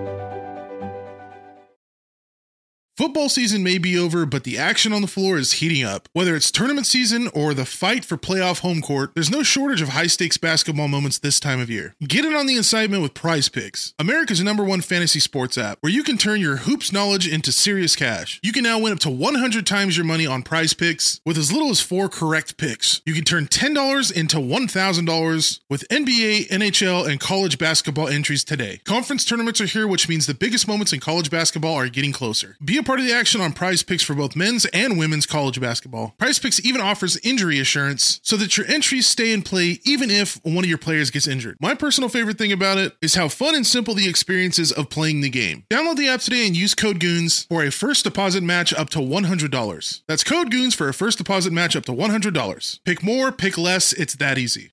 [SPEAKER 9] Football season may be over, but the action on the floor is heating up. Whether it's tournament season or the fight for playoff home court, there's no shortage of high stakes basketball moments this time of year. Get in on the excitement with Prize Picks, America's number one fantasy sports app, where you can turn your hoops knowledge into serious cash. You can now win up to 100 times your money on Prize Picks with as little as four correct picks. You can turn $10 into $1,000 with NBA, NHL, and college basketball entries today. Conference tournaments are here, which means the biggest moments in college basketball are getting closer. Be a part of the action on prize picks for both men's and women's college basketball. Prize picks even offers injury assurance so that your entries stay in play even if one of your players gets injured. My personal favorite thing about it is how fun and simple the experience is of playing the game. Download the app today and use code GOONS for a first deposit match up to $100. That's code GOONS for a first deposit match up to $100. Pick more, pick less, it's that easy.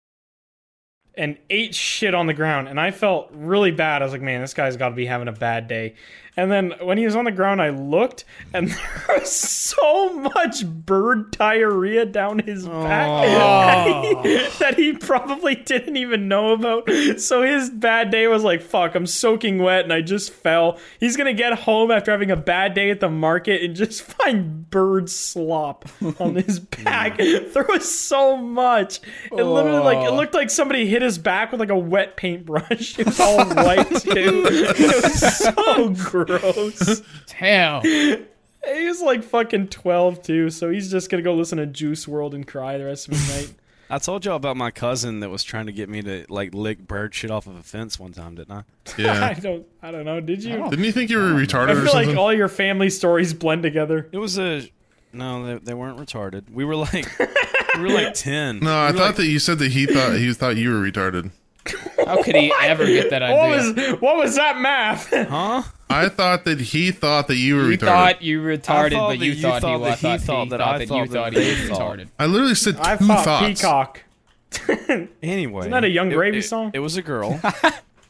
[SPEAKER 6] and ate shit on the ground and i felt really bad i was like man this guy's got to be having a bad day and then when he was on the ground i looked and there was so much bird diarrhea down his back that he, that he probably didn't even know about so his bad day was like fuck i'm soaking wet and i just fell he's gonna get home after having a bad day at the market and just find bird slop on his back there was so much it literally like it
[SPEAKER 5] Oh.
[SPEAKER 6] looked looked like somebody hit his back with like a wet paintbrush. It was all white too. It was so gross.
[SPEAKER 5] Damn.
[SPEAKER 6] He was like fucking twelve too, so he's just gonna go listen to Juice World and cry the rest of his night.
[SPEAKER 4] I told y'all about my cousin that was trying to get me to like lick bird shit off of a fence one time, didn't I?
[SPEAKER 6] I
[SPEAKER 3] yeah.
[SPEAKER 6] don't, I don't know. Did you?
[SPEAKER 3] Didn't you think you were
[SPEAKER 6] I
[SPEAKER 3] retarded or
[SPEAKER 6] feel like
[SPEAKER 3] something?
[SPEAKER 6] all your family stories blend together.
[SPEAKER 4] It was a no, they, they weren't retarded. We were like we were like ten.
[SPEAKER 3] no, I thought that you said that he thought he thought you were retarded.
[SPEAKER 5] How could he ever get that
[SPEAKER 6] What
[SPEAKER 5] idea?
[SPEAKER 6] was, what was that math?
[SPEAKER 4] Huh?
[SPEAKER 3] I thought that he thought that you were
[SPEAKER 5] you
[SPEAKER 3] retarded.
[SPEAKER 5] thought you retarded,
[SPEAKER 4] thought
[SPEAKER 5] but
[SPEAKER 4] that
[SPEAKER 5] you
[SPEAKER 4] you
[SPEAKER 5] thought,
[SPEAKER 4] thought
[SPEAKER 5] he,
[SPEAKER 4] that
[SPEAKER 5] I
[SPEAKER 4] he
[SPEAKER 5] thought,
[SPEAKER 4] thought
[SPEAKER 5] he
[SPEAKER 4] that
[SPEAKER 5] thought
[SPEAKER 4] I
[SPEAKER 5] that
[SPEAKER 4] thought
[SPEAKER 5] you
[SPEAKER 4] that
[SPEAKER 5] thought
[SPEAKER 4] they
[SPEAKER 5] he was
[SPEAKER 4] thought.
[SPEAKER 5] retarded.
[SPEAKER 3] I literally said two
[SPEAKER 6] I thought
[SPEAKER 3] thoughts.
[SPEAKER 6] Peacock.
[SPEAKER 4] Anyway,
[SPEAKER 6] that a Young
[SPEAKER 4] it-
[SPEAKER 6] Gravy
[SPEAKER 4] it-
[SPEAKER 6] song?
[SPEAKER 4] It was a girl,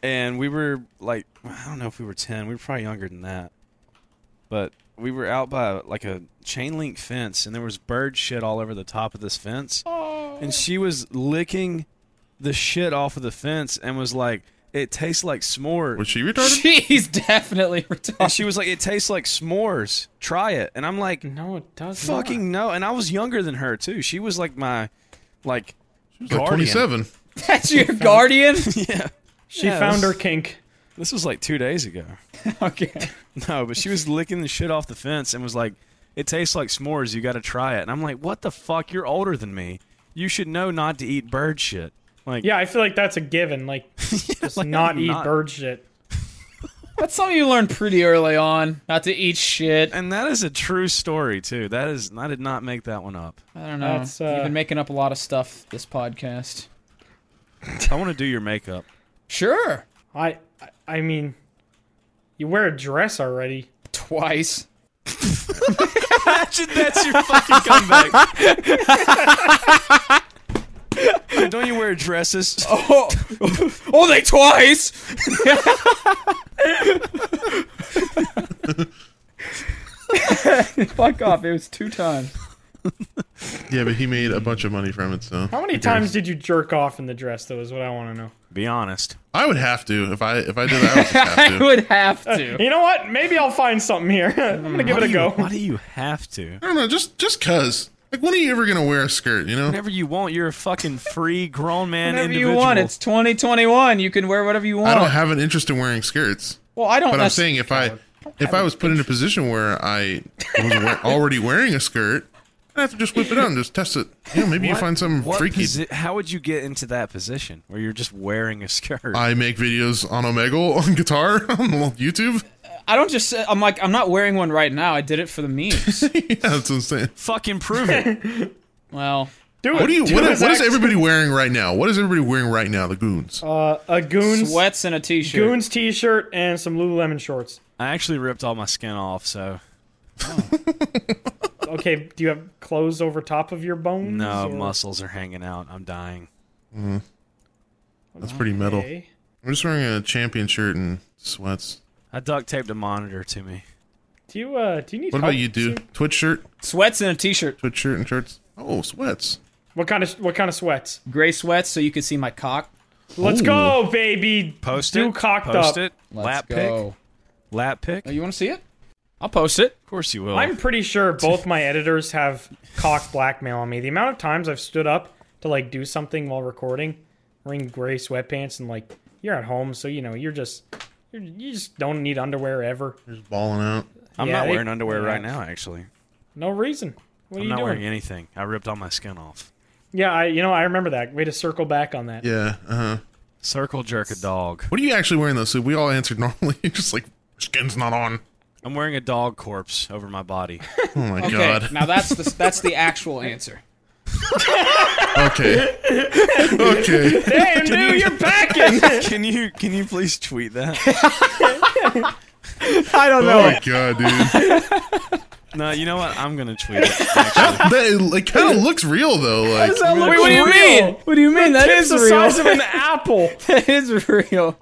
[SPEAKER 4] and we were like, I don't know if we were ten. We were probably younger than that, but we were out by like a chain link fence, and there was bird shit all over the top of this fence, and she was licking the shit off of the fence, and was like, "It tastes like s'mores."
[SPEAKER 3] Was she retarded?
[SPEAKER 5] He's definitely
[SPEAKER 4] and
[SPEAKER 5] retarded.
[SPEAKER 4] she was like, "It tastes like s'mores. Try it." And I'm like,
[SPEAKER 6] No, it does
[SPEAKER 4] "Fucking no!" And I was younger than her too. She was like my, like,
[SPEAKER 3] She was like
[SPEAKER 4] Guardian.
[SPEAKER 3] 27.
[SPEAKER 5] That's your guardian?
[SPEAKER 4] yeah.
[SPEAKER 6] She
[SPEAKER 4] Yeah,
[SPEAKER 6] found
[SPEAKER 4] this-
[SPEAKER 6] her kink.
[SPEAKER 4] This was like two days ago.
[SPEAKER 5] okay.
[SPEAKER 4] No, but she was licking the shit off the fence and was like, "It tastes like s'mores. You got to try it." And I'm like, "What the fuck? You're older than me. You should know not to eat bird shit." Like,
[SPEAKER 6] Yeah, I feel like that's a given. Like, just
[SPEAKER 4] like,
[SPEAKER 6] not
[SPEAKER 4] I'm
[SPEAKER 6] eat
[SPEAKER 4] not-
[SPEAKER 6] bird shit.
[SPEAKER 5] That's something you learned pretty early on. Not to eat shit.
[SPEAKER 4] and that is a true story too. That is, I did not make that one up.
[SPEAKER 5] I don't know.
[SPEAKER 6] That's, uh,
[SPEAKER 5] You've been making up a lot of stuff this podcast.
[SPEAKER 4] I want to do your makeup.
[SPEAKER 5] Sure.
[SPEAKER 6] I I- I mean, you wear a dress already.
[SPEAKER 5] Twice.
[SPEAKER 4] That's your fucking comeback. Yeah, don't you wear dresses?
[SPEAKER 5] Oh, only twice. Fuck off! It was two times.
[SPEAKER 3] Yeah, but he made a bunch of money from it, so
[SPEAKER 6] How many times did you jerk off in the dress, though, is what I want to know.
[SPEAKER 4] Be honest.
[SPEAKER 3] I would have to if I if I did that. I would just have
[SPEAKER 5] I
[SPEAKER 3] to.
[SPEAKER 5] would have to.
[SPEAKER 6] You know what? Maybe I'll find something here. I'm going to give it
[SPEAKER 4] Why
[SPEAKER 6] a
[SPEAKER 4] do you-
[SPEAKER 6] go.
[SPEAKER 4] Why do you have to?
[SPEAKER 3] I don't know, just just cause. Like, when are you ever gonna wear a skirt? You know,
[SPEAKER 4] Whenever you want, you're a fucking free grown man
[SPEAKER 5] Whatever you
[SPEAKER 4] individual.
[SPEAKER 5] want. It's 2021. You can wear whatever you want.
[SPEAKER 3] I don't have an interest in wearing skirts.
[SPEAKER 5] well, I don't.
[SPEAKER 3] But I'm
[SPEAKER 5] necess-
[SPEAKER 3] saying if I if I was put in a position where I was we- already wearing a skirt, I'd have to just whip it on, just test it. You know, maybe you
[SPEAKER 4] What-
[SPEAKER 3] find something
[SPEAKER 4] what
[SPEAKER 3] freaky.
[SPEAKER 4] posi- how would you get into that position where you're just wearing a skirt?
[SPEAKER 3] I make videos on Omegle on guitar on YouTube.
[SPEAKER 5] I don't just. say- I'm like. I'm not wearing one right now. I did it for the memes.
[SPEAKER 3] yeah, that's what I'm saying.
[SPEAKER 4] Fucking prove it.
[SPEAKER 5] well,
[SPEAKER 6] Do it.
[SPEAKER 3] What do you
[SPEAKER 6] Do
[SPEAKER 3] what,
[SPEAKER 6] it,
[SPEAKER 3] is, what is
[SPEAKER 6] Zach.
[SPEAKER 3] everybody wearing right now? What is everybody wearing right now? The goons.
[SPEAKER 6] Uh, a goons,
[SPEAKER 5] sweats and a t-shirt.
[SPEAKER 6] goons t shirt and some Lululemon shorts.
[SPEAKER 4] I actually ripped all my skin off, so
[SPEAKER 6] Okay, do you have clothes over top of your bones?
[SPEAKER 4] no
[SPEAKER 6] or-
[SPEAKER 4] muscles are hanging out. I'm dying.
[SPEAKER 3] That's pretty metal.
[SPEAKER 6] Okay.
[SPEAKER 3] I'm just wearing a champion shirt and sweats.
[SPEAKER 4] I duct taped a monitor to me.
[SPEAKER 6] Do you, uh, do you need
[SPEAKER 3] What
[SPEAKER 6] help?
[SPEAKER 3] about you, dude? Twitch shirt,
[SPEAKER 5] Sweats and a t-shirt.
[SPEAKER 3] Twitch shirt and shirts. Oh, sweats.
[SPEAKER 6] What kind of what kind of sweats?
[SPEAKER 5] Gray sweats so you can see my cock.
[SPEAKER 6] Let's go, baby.
[SPEAKER 4] Post
[SPEAKER 6] Do
[SPEAKER 4] it.
[SPEAKER 6] cocked
[SPEAKER 4] post
[SPEAKER 6] up.
[SPEAKER 4] it.
[SPEAKER 5] Let's
[SPEAKER 4] lap
[SPEAKER 5] go.
[SPEAKER 4] pick. Lap pick.
[SPEAKER 5] Oh,
[SPEAKER 4] Of
[SPEAKER 5] you want to see it? I'll post it.
[SPEAKER 4] course
[SPEAKER 3] Oh.
[SPEAKER 4] you will.
[SPEAKER 6] I'm pretty sure both my editors have cock blackmail on me. The amount of times I've stood up to like do something while recording, wearing gray sweatpants and like you're at home, so you know you're just you're, you just don't need underwear ever.
[SPEAKER 3] Just balling out.
[SPEAKER 4] I'm
[SPEAKER 6] yeah,
[SPEAKER 4] not
[SPEAKER 6] they-
[SPEAKER 4] wearing underwear
[SPEAKER 6] yeah.
[SPEAKER 4] right now, actually.
[SPEAKER 6] No reason. What are
[SPEAKER 4] I'm
[SPEAKER 6] you
[SPEAKER 4] not
[SPEAKER 6] doing?
[SPEAKER 4] wearing anything. I ripped all my skin off.
[SPEAKER 6] Yeah, I you know I remember that. Way to circle back on that.
[SPEAKER 3] Yeah. Uh huh.
[SPEAKER 4] Circle jerk a dog.
[SPEAKER 3] What are you actually wearing though? So we all answered normally. You're just like skin's not on.
[SPEAKER 4] I'm wearing a dog corpse over my body.
[SPEAKER 3] Oh my
[SPEAKER 5] Okay.
[SPEAKER 3] god.
[SPEAKER 5] Now that's the that's the actual answer.
[SPEAKER 3] Okay. okay.
[SPEAKER 6] Damn, dude, you're packing.
[SPEAKER 4] can you can you please tweet that?
[SPEAKER 7] I don't
[SPEAKER 3] Oh
[SPEAKER 7] know.
[SPEAKER 3] my god, dude.
[SPEAKER 4] No, you know what? I'm gonna tweet it. actually.
[SPEAKER 3] That it, kind of looks real though. Like
[SPEAKER 7] That looks
[SPEAKER 5] Wait, what do you
[SPEAKER 7] real.
[SPEAKER 5] mean? What do you mean? That
[SPEAKER 7] It's
[SPEAKER 5] is
[SPEAKER 7] the
[SPEAKER 5] real.
[SPEAKER 7] size of an apple.
[SPEAKER 5] that is real.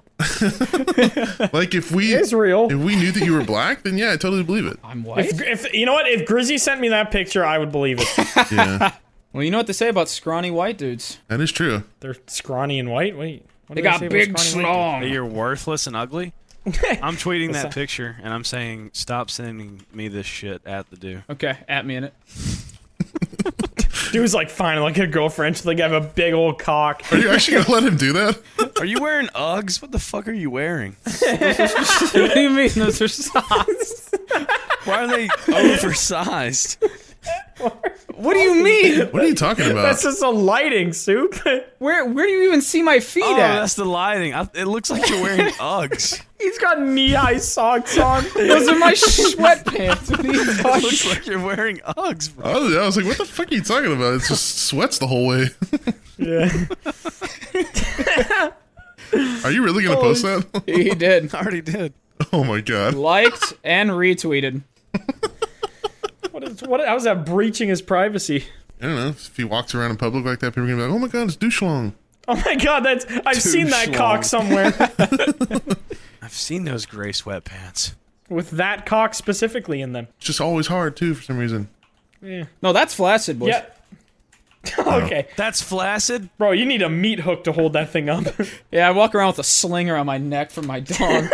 [SPEAKER 3] like if we
[SPEAKER 6] It's real.
[SPEAKER 3] if we knew that you were black, then yeah, I totally believe it.
[SPEAKER 5] I'm white.
[SPEAKER 6] If, if you know what, if Grizzy sent me that picture, I would believe it.
[SPEAKER 3] Yeah,
[SPEAKER 5] Well, you know what they say about scrawny white dudes.
[SPEAKER 3] that is true.
[SPEAKER 6] They're scrawny and white. Wait, what
[SPEAKER 5] They
[SPEAKER 6] did I
[SPEAKER 5] got
[SPEAKER 6] say about
[SPEAKER 5] big
[SPEAKER 6] scrawny white dudes?
[SPEAKER 4] That
[SPEAKER 5] slong.
[SPEAKER 4] You're worthless and ugly. I'm tweeting that picture and I'm saying stop sending me this shit at the do.
[SPEAKER 5] Okay, at me in it.
[SPEAKER 6] Dude's like, fine, like a girlfriend. She's like, I have a big old cock.
[SPEAKER 3] Are you actually gonna let him do that?
[SPEAKER 4] Are you wearing Uggs? What the fuck are you wearing?
[SPEAKER 5] what do you mean? Those are socks.
[SPEAKER 4] Why are they Oh, oversized?
[SPEAKER 5] What do you mean?
[SPEAKER 3] What are you talking about?
[SPEAKER 6] That's just a lighting soup.
[SPEAKER 5] Where where do you even see my feet
[SPEAKER 4] Oh,
[SPEAKER 5] at?
[SPEAKER 4] that's the lighting. I, it looks like you're wearing Uggs.
[SPEAKER 6] He's got knee high socks on.
[SPEAKER 5] Those are my sweatpants. What are you
[SPEAKER 4] It
[SPEAKER 5] talking-
[SPEAKER 4] looks like you're wearing Uggs, bro.
[SPEAKER 3] I was, I was like, what the fuck are you talking about? It's just sweats the whole way.
[SPEAKER 6] Yeah.
[SPEAKER 3] Are you really gonna post that?
[SPEAKER 5] he did.
[SPEAKER 4] I already did.
[SPEAKER 3] oh my god.
[SPEAKER 5] Liked and retweeted.
[SPEAKER 6] What is what? How's that breaching his privacy?
[SPEAKER 3] I don't know. If he walks around in public like that, people are gonna be like, oh my god, it's douchelong.
[SPEAKER 6] Oh my god, that's I've seen that
[SPEAKER 4] schlong.
[SPEAKER 6] cock somewhere.
[SPEAKER 4] I've seen those gray sweatpants.
[SPEAKER 6] With that cock specifically in them.
[SPEAKER 3] It's just always hard too for some reason.
[SPEAKER 5] No, that's flaccid, boys.
[SPEAKER 6] Yeah. okay,
[SPEAKER 4] That's flaccid.
[SPEAKER 6] bro, you need a meat hook to hold that thing up.
[SPEAKER 5] Yeah, I walk around with a sling around my neck from my dog.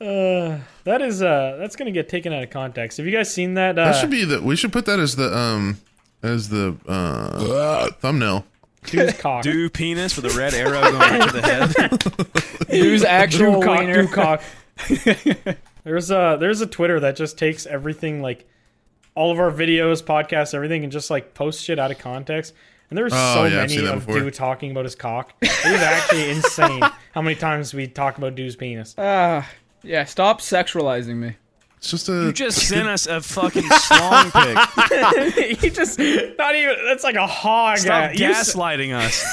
[SPEAKER 6] that is uh, that's gonna get taken out of context. Have you guys seen that? Uh,
[SPEAKER 3] That should be the. We should put that as the um as the uh thumbnail.
[SPEAKER 6] dude's cock.
[SPEAKER 4] Do penis with a red arrow going to the head.
[SPEAKER 5] Use actual
[SPEAKER 6] Ducock,
[SPEAKER 5] wiener.
[SPEAKER 6] Ducock. there's a there's a Twitter that just takes everything like all of our videos, podcasts, everything, and just like posts shit out of context. And there's
[SPEAKER 3] Oh,
[SPEAKER 6] so
[SPEAKER 3] yeah, I've seen
[SPEAKER 6] many
[SPEAKER 3] that
[SPEAKER 6] of
[SPEAKER 3] before.
[SPEAKER 6] Dew talking about his cock. It was actually insane how many times we talk about Dew's penis.
[SPEAKER 5] Yeah, stop sexualizing me.
[SPEAKER 3] It's just a.
[SPEAKER 4] You just sent us a fucking slong pic.
[SPEAKER 6] he just not Uh, even that's like a hog.
[SPEAKER 4] Stop
[SPEAKER 6] at- you s-
[SPEAKER 4] gaslighting us.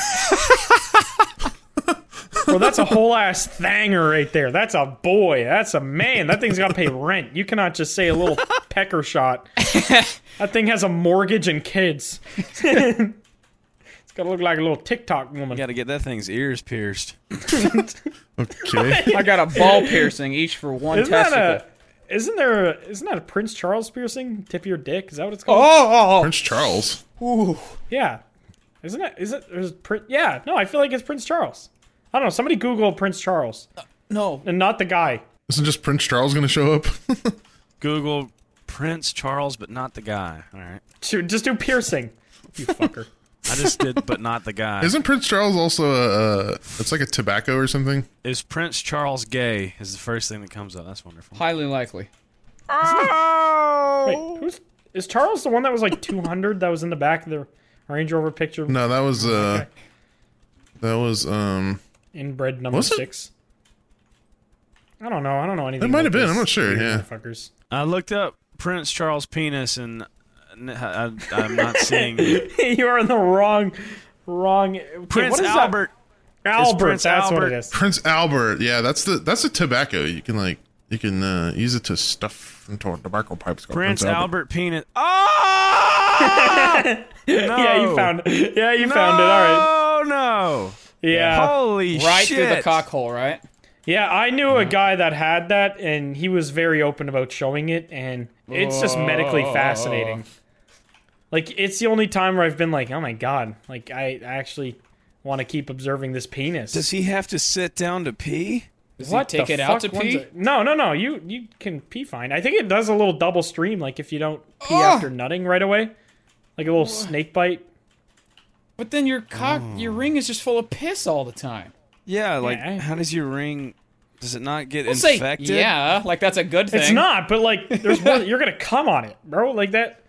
[SPEAKER 6] Bro, that's a whole ass thanger right there. That's a boy. That's a man. That thing's got to pay rent. You cannot just say a little pecker shot. That thing has a mortgage and kids. it's got to look like a little TikTok woman.
[SPEAKER 4] Got to get that thing's ears pierced.
[SPEAKER 3] Okay.
[SPEAKER 5] I got a ball piercing, each for one
[SPEAKER 6] Isn't that
[SPEAKER 5] testicle.
[SPEAKER 6] a? Isn't there? A, isn't that a Prince Charles piercing? Tip of your dick? Is that what it's called?
[SPEAKER 5] Oh,
[SPEAKER 3] Prince Charles.
[SPEAKER 6] Yeah. Isn't it? Is it? There's Prince. Yeah. No, I feel like it's Prince Charles. I don't know. Somebody Google Prince Charles
[SPEAKER 5] no.
[SPEAKER 6] and not the guy.
[SPEAKER 3] Isn't just Prince Charles going to show up?
[SPEAKER 4] Google Prince Charles, but not the guy. All right.
[SPEAKER 6] Shoot, Just do piercing. You fucker.
[SPEAKER 4] I just did, but not the guy.
[SPEAKER 3] Isn't Prince Charles also a, a it's like a tobacco or something?
[SPEAKER 4] Is Prince Charles gay? Is the first thing that comes up. That's wonderful.
[SPEAKER 5] Highly likely.
[SPEAKER 4] Oh.
[SPEAKER 6] Wait, who's is Charles the one that was like 200 that was in the back of the Range Rover picture?
[SPEAKER 3] No, that was uh that was um
[SPEAKER 6] Inbred number
[SPEAKER 3] Was it?
[SPEAKER 6] six. I don't know. I don't know anything.
[SPEAKER 3] It might have
[SPEAKER 6] about
[SPEAKER 3] been,
[SPEAKER 6] this.
[SPEAKER 3] I'm not sure,
[SPEAKER 6] You
[SPEAKER 3] yeah.
[SPEAKER 6] Motherfuckers.
[SPEAKER 4] I looked up Prince Charles penis, and n- I, am not seeing
[SPEAKER 6] you are in the wrong, wrong. okay,
[SPEAKER 4] Prince
[SPEAKER 6] what is that?
[SPEAKER 4] Albert.
[SPEAKER 6] Albert.
[SPEAKER 4] Prince
[SPEAKER 6] that's what
[SPEAKER 4] Albert.
[SPEAKER 6] it is.
[SPEAKER 3] Prince Albert. Yeah, that's the that's a tobacco. You can like you can uh, use it to stuff into a tobacco pipe. It's called
[SPEAKER 4] Prince Albert penis. Oh!
[SPEAKER 6] Yeah, you found. it. Yeah, you found it. All right.
[SPEAKER 4] Oh no!
[SPEAKER 6] Yeah.
[SPEAKER 4] Holy
[SPEAKER 5] Right
[SPEAKER 4] shit!
[SPEAKER 5] through the cock hole, right?
[SPEAKER 6] Yeah, I knew
[SPEAKER 4] Mm.
[SPEAKER 6] a guy that had that, and he was very open about showing it, and it's just medically
[SPEAKER 4] Oh.
[SPEAKER 6] fascinating. Like, it's the only time where I've been like, oh my god, like, I actually want to keep observing this penis.
[SPEAKER 4] Does he have to sit down to pee?
[SPEAKER 5] Does
[SPEAKER 6] what
[SPEAKER 5] he take
[SPEAKER 6] the
[SPEAKER 5] it out to
[SPEAKER 6] fuck one's
[SPEAKER 5] pee?
[SPEAKER 6] a- no, no, no. You you can pee fine. I think it does a little double stream, like if you don't pee
[SPEAKER 4] Ah!
[SPEAKER 6] after nutting right away, like a little snake bite.
[SPEAKER 5] But then your cock, your ring is just full of piss all the time.
[SPEAKER 4] Yeah, like
[SPEAKER 6] Yeah.
[SPEAKER 4] how does your ring? Does it not get
[SPEAKER 5] We'll say,
[SPEAKER 4] infected?
[SPEAKER 5] yeah, like that's a good thing.
[SPEAKER 6] It's not, but like, there's more, you're gonna cum on it, bro. Like that,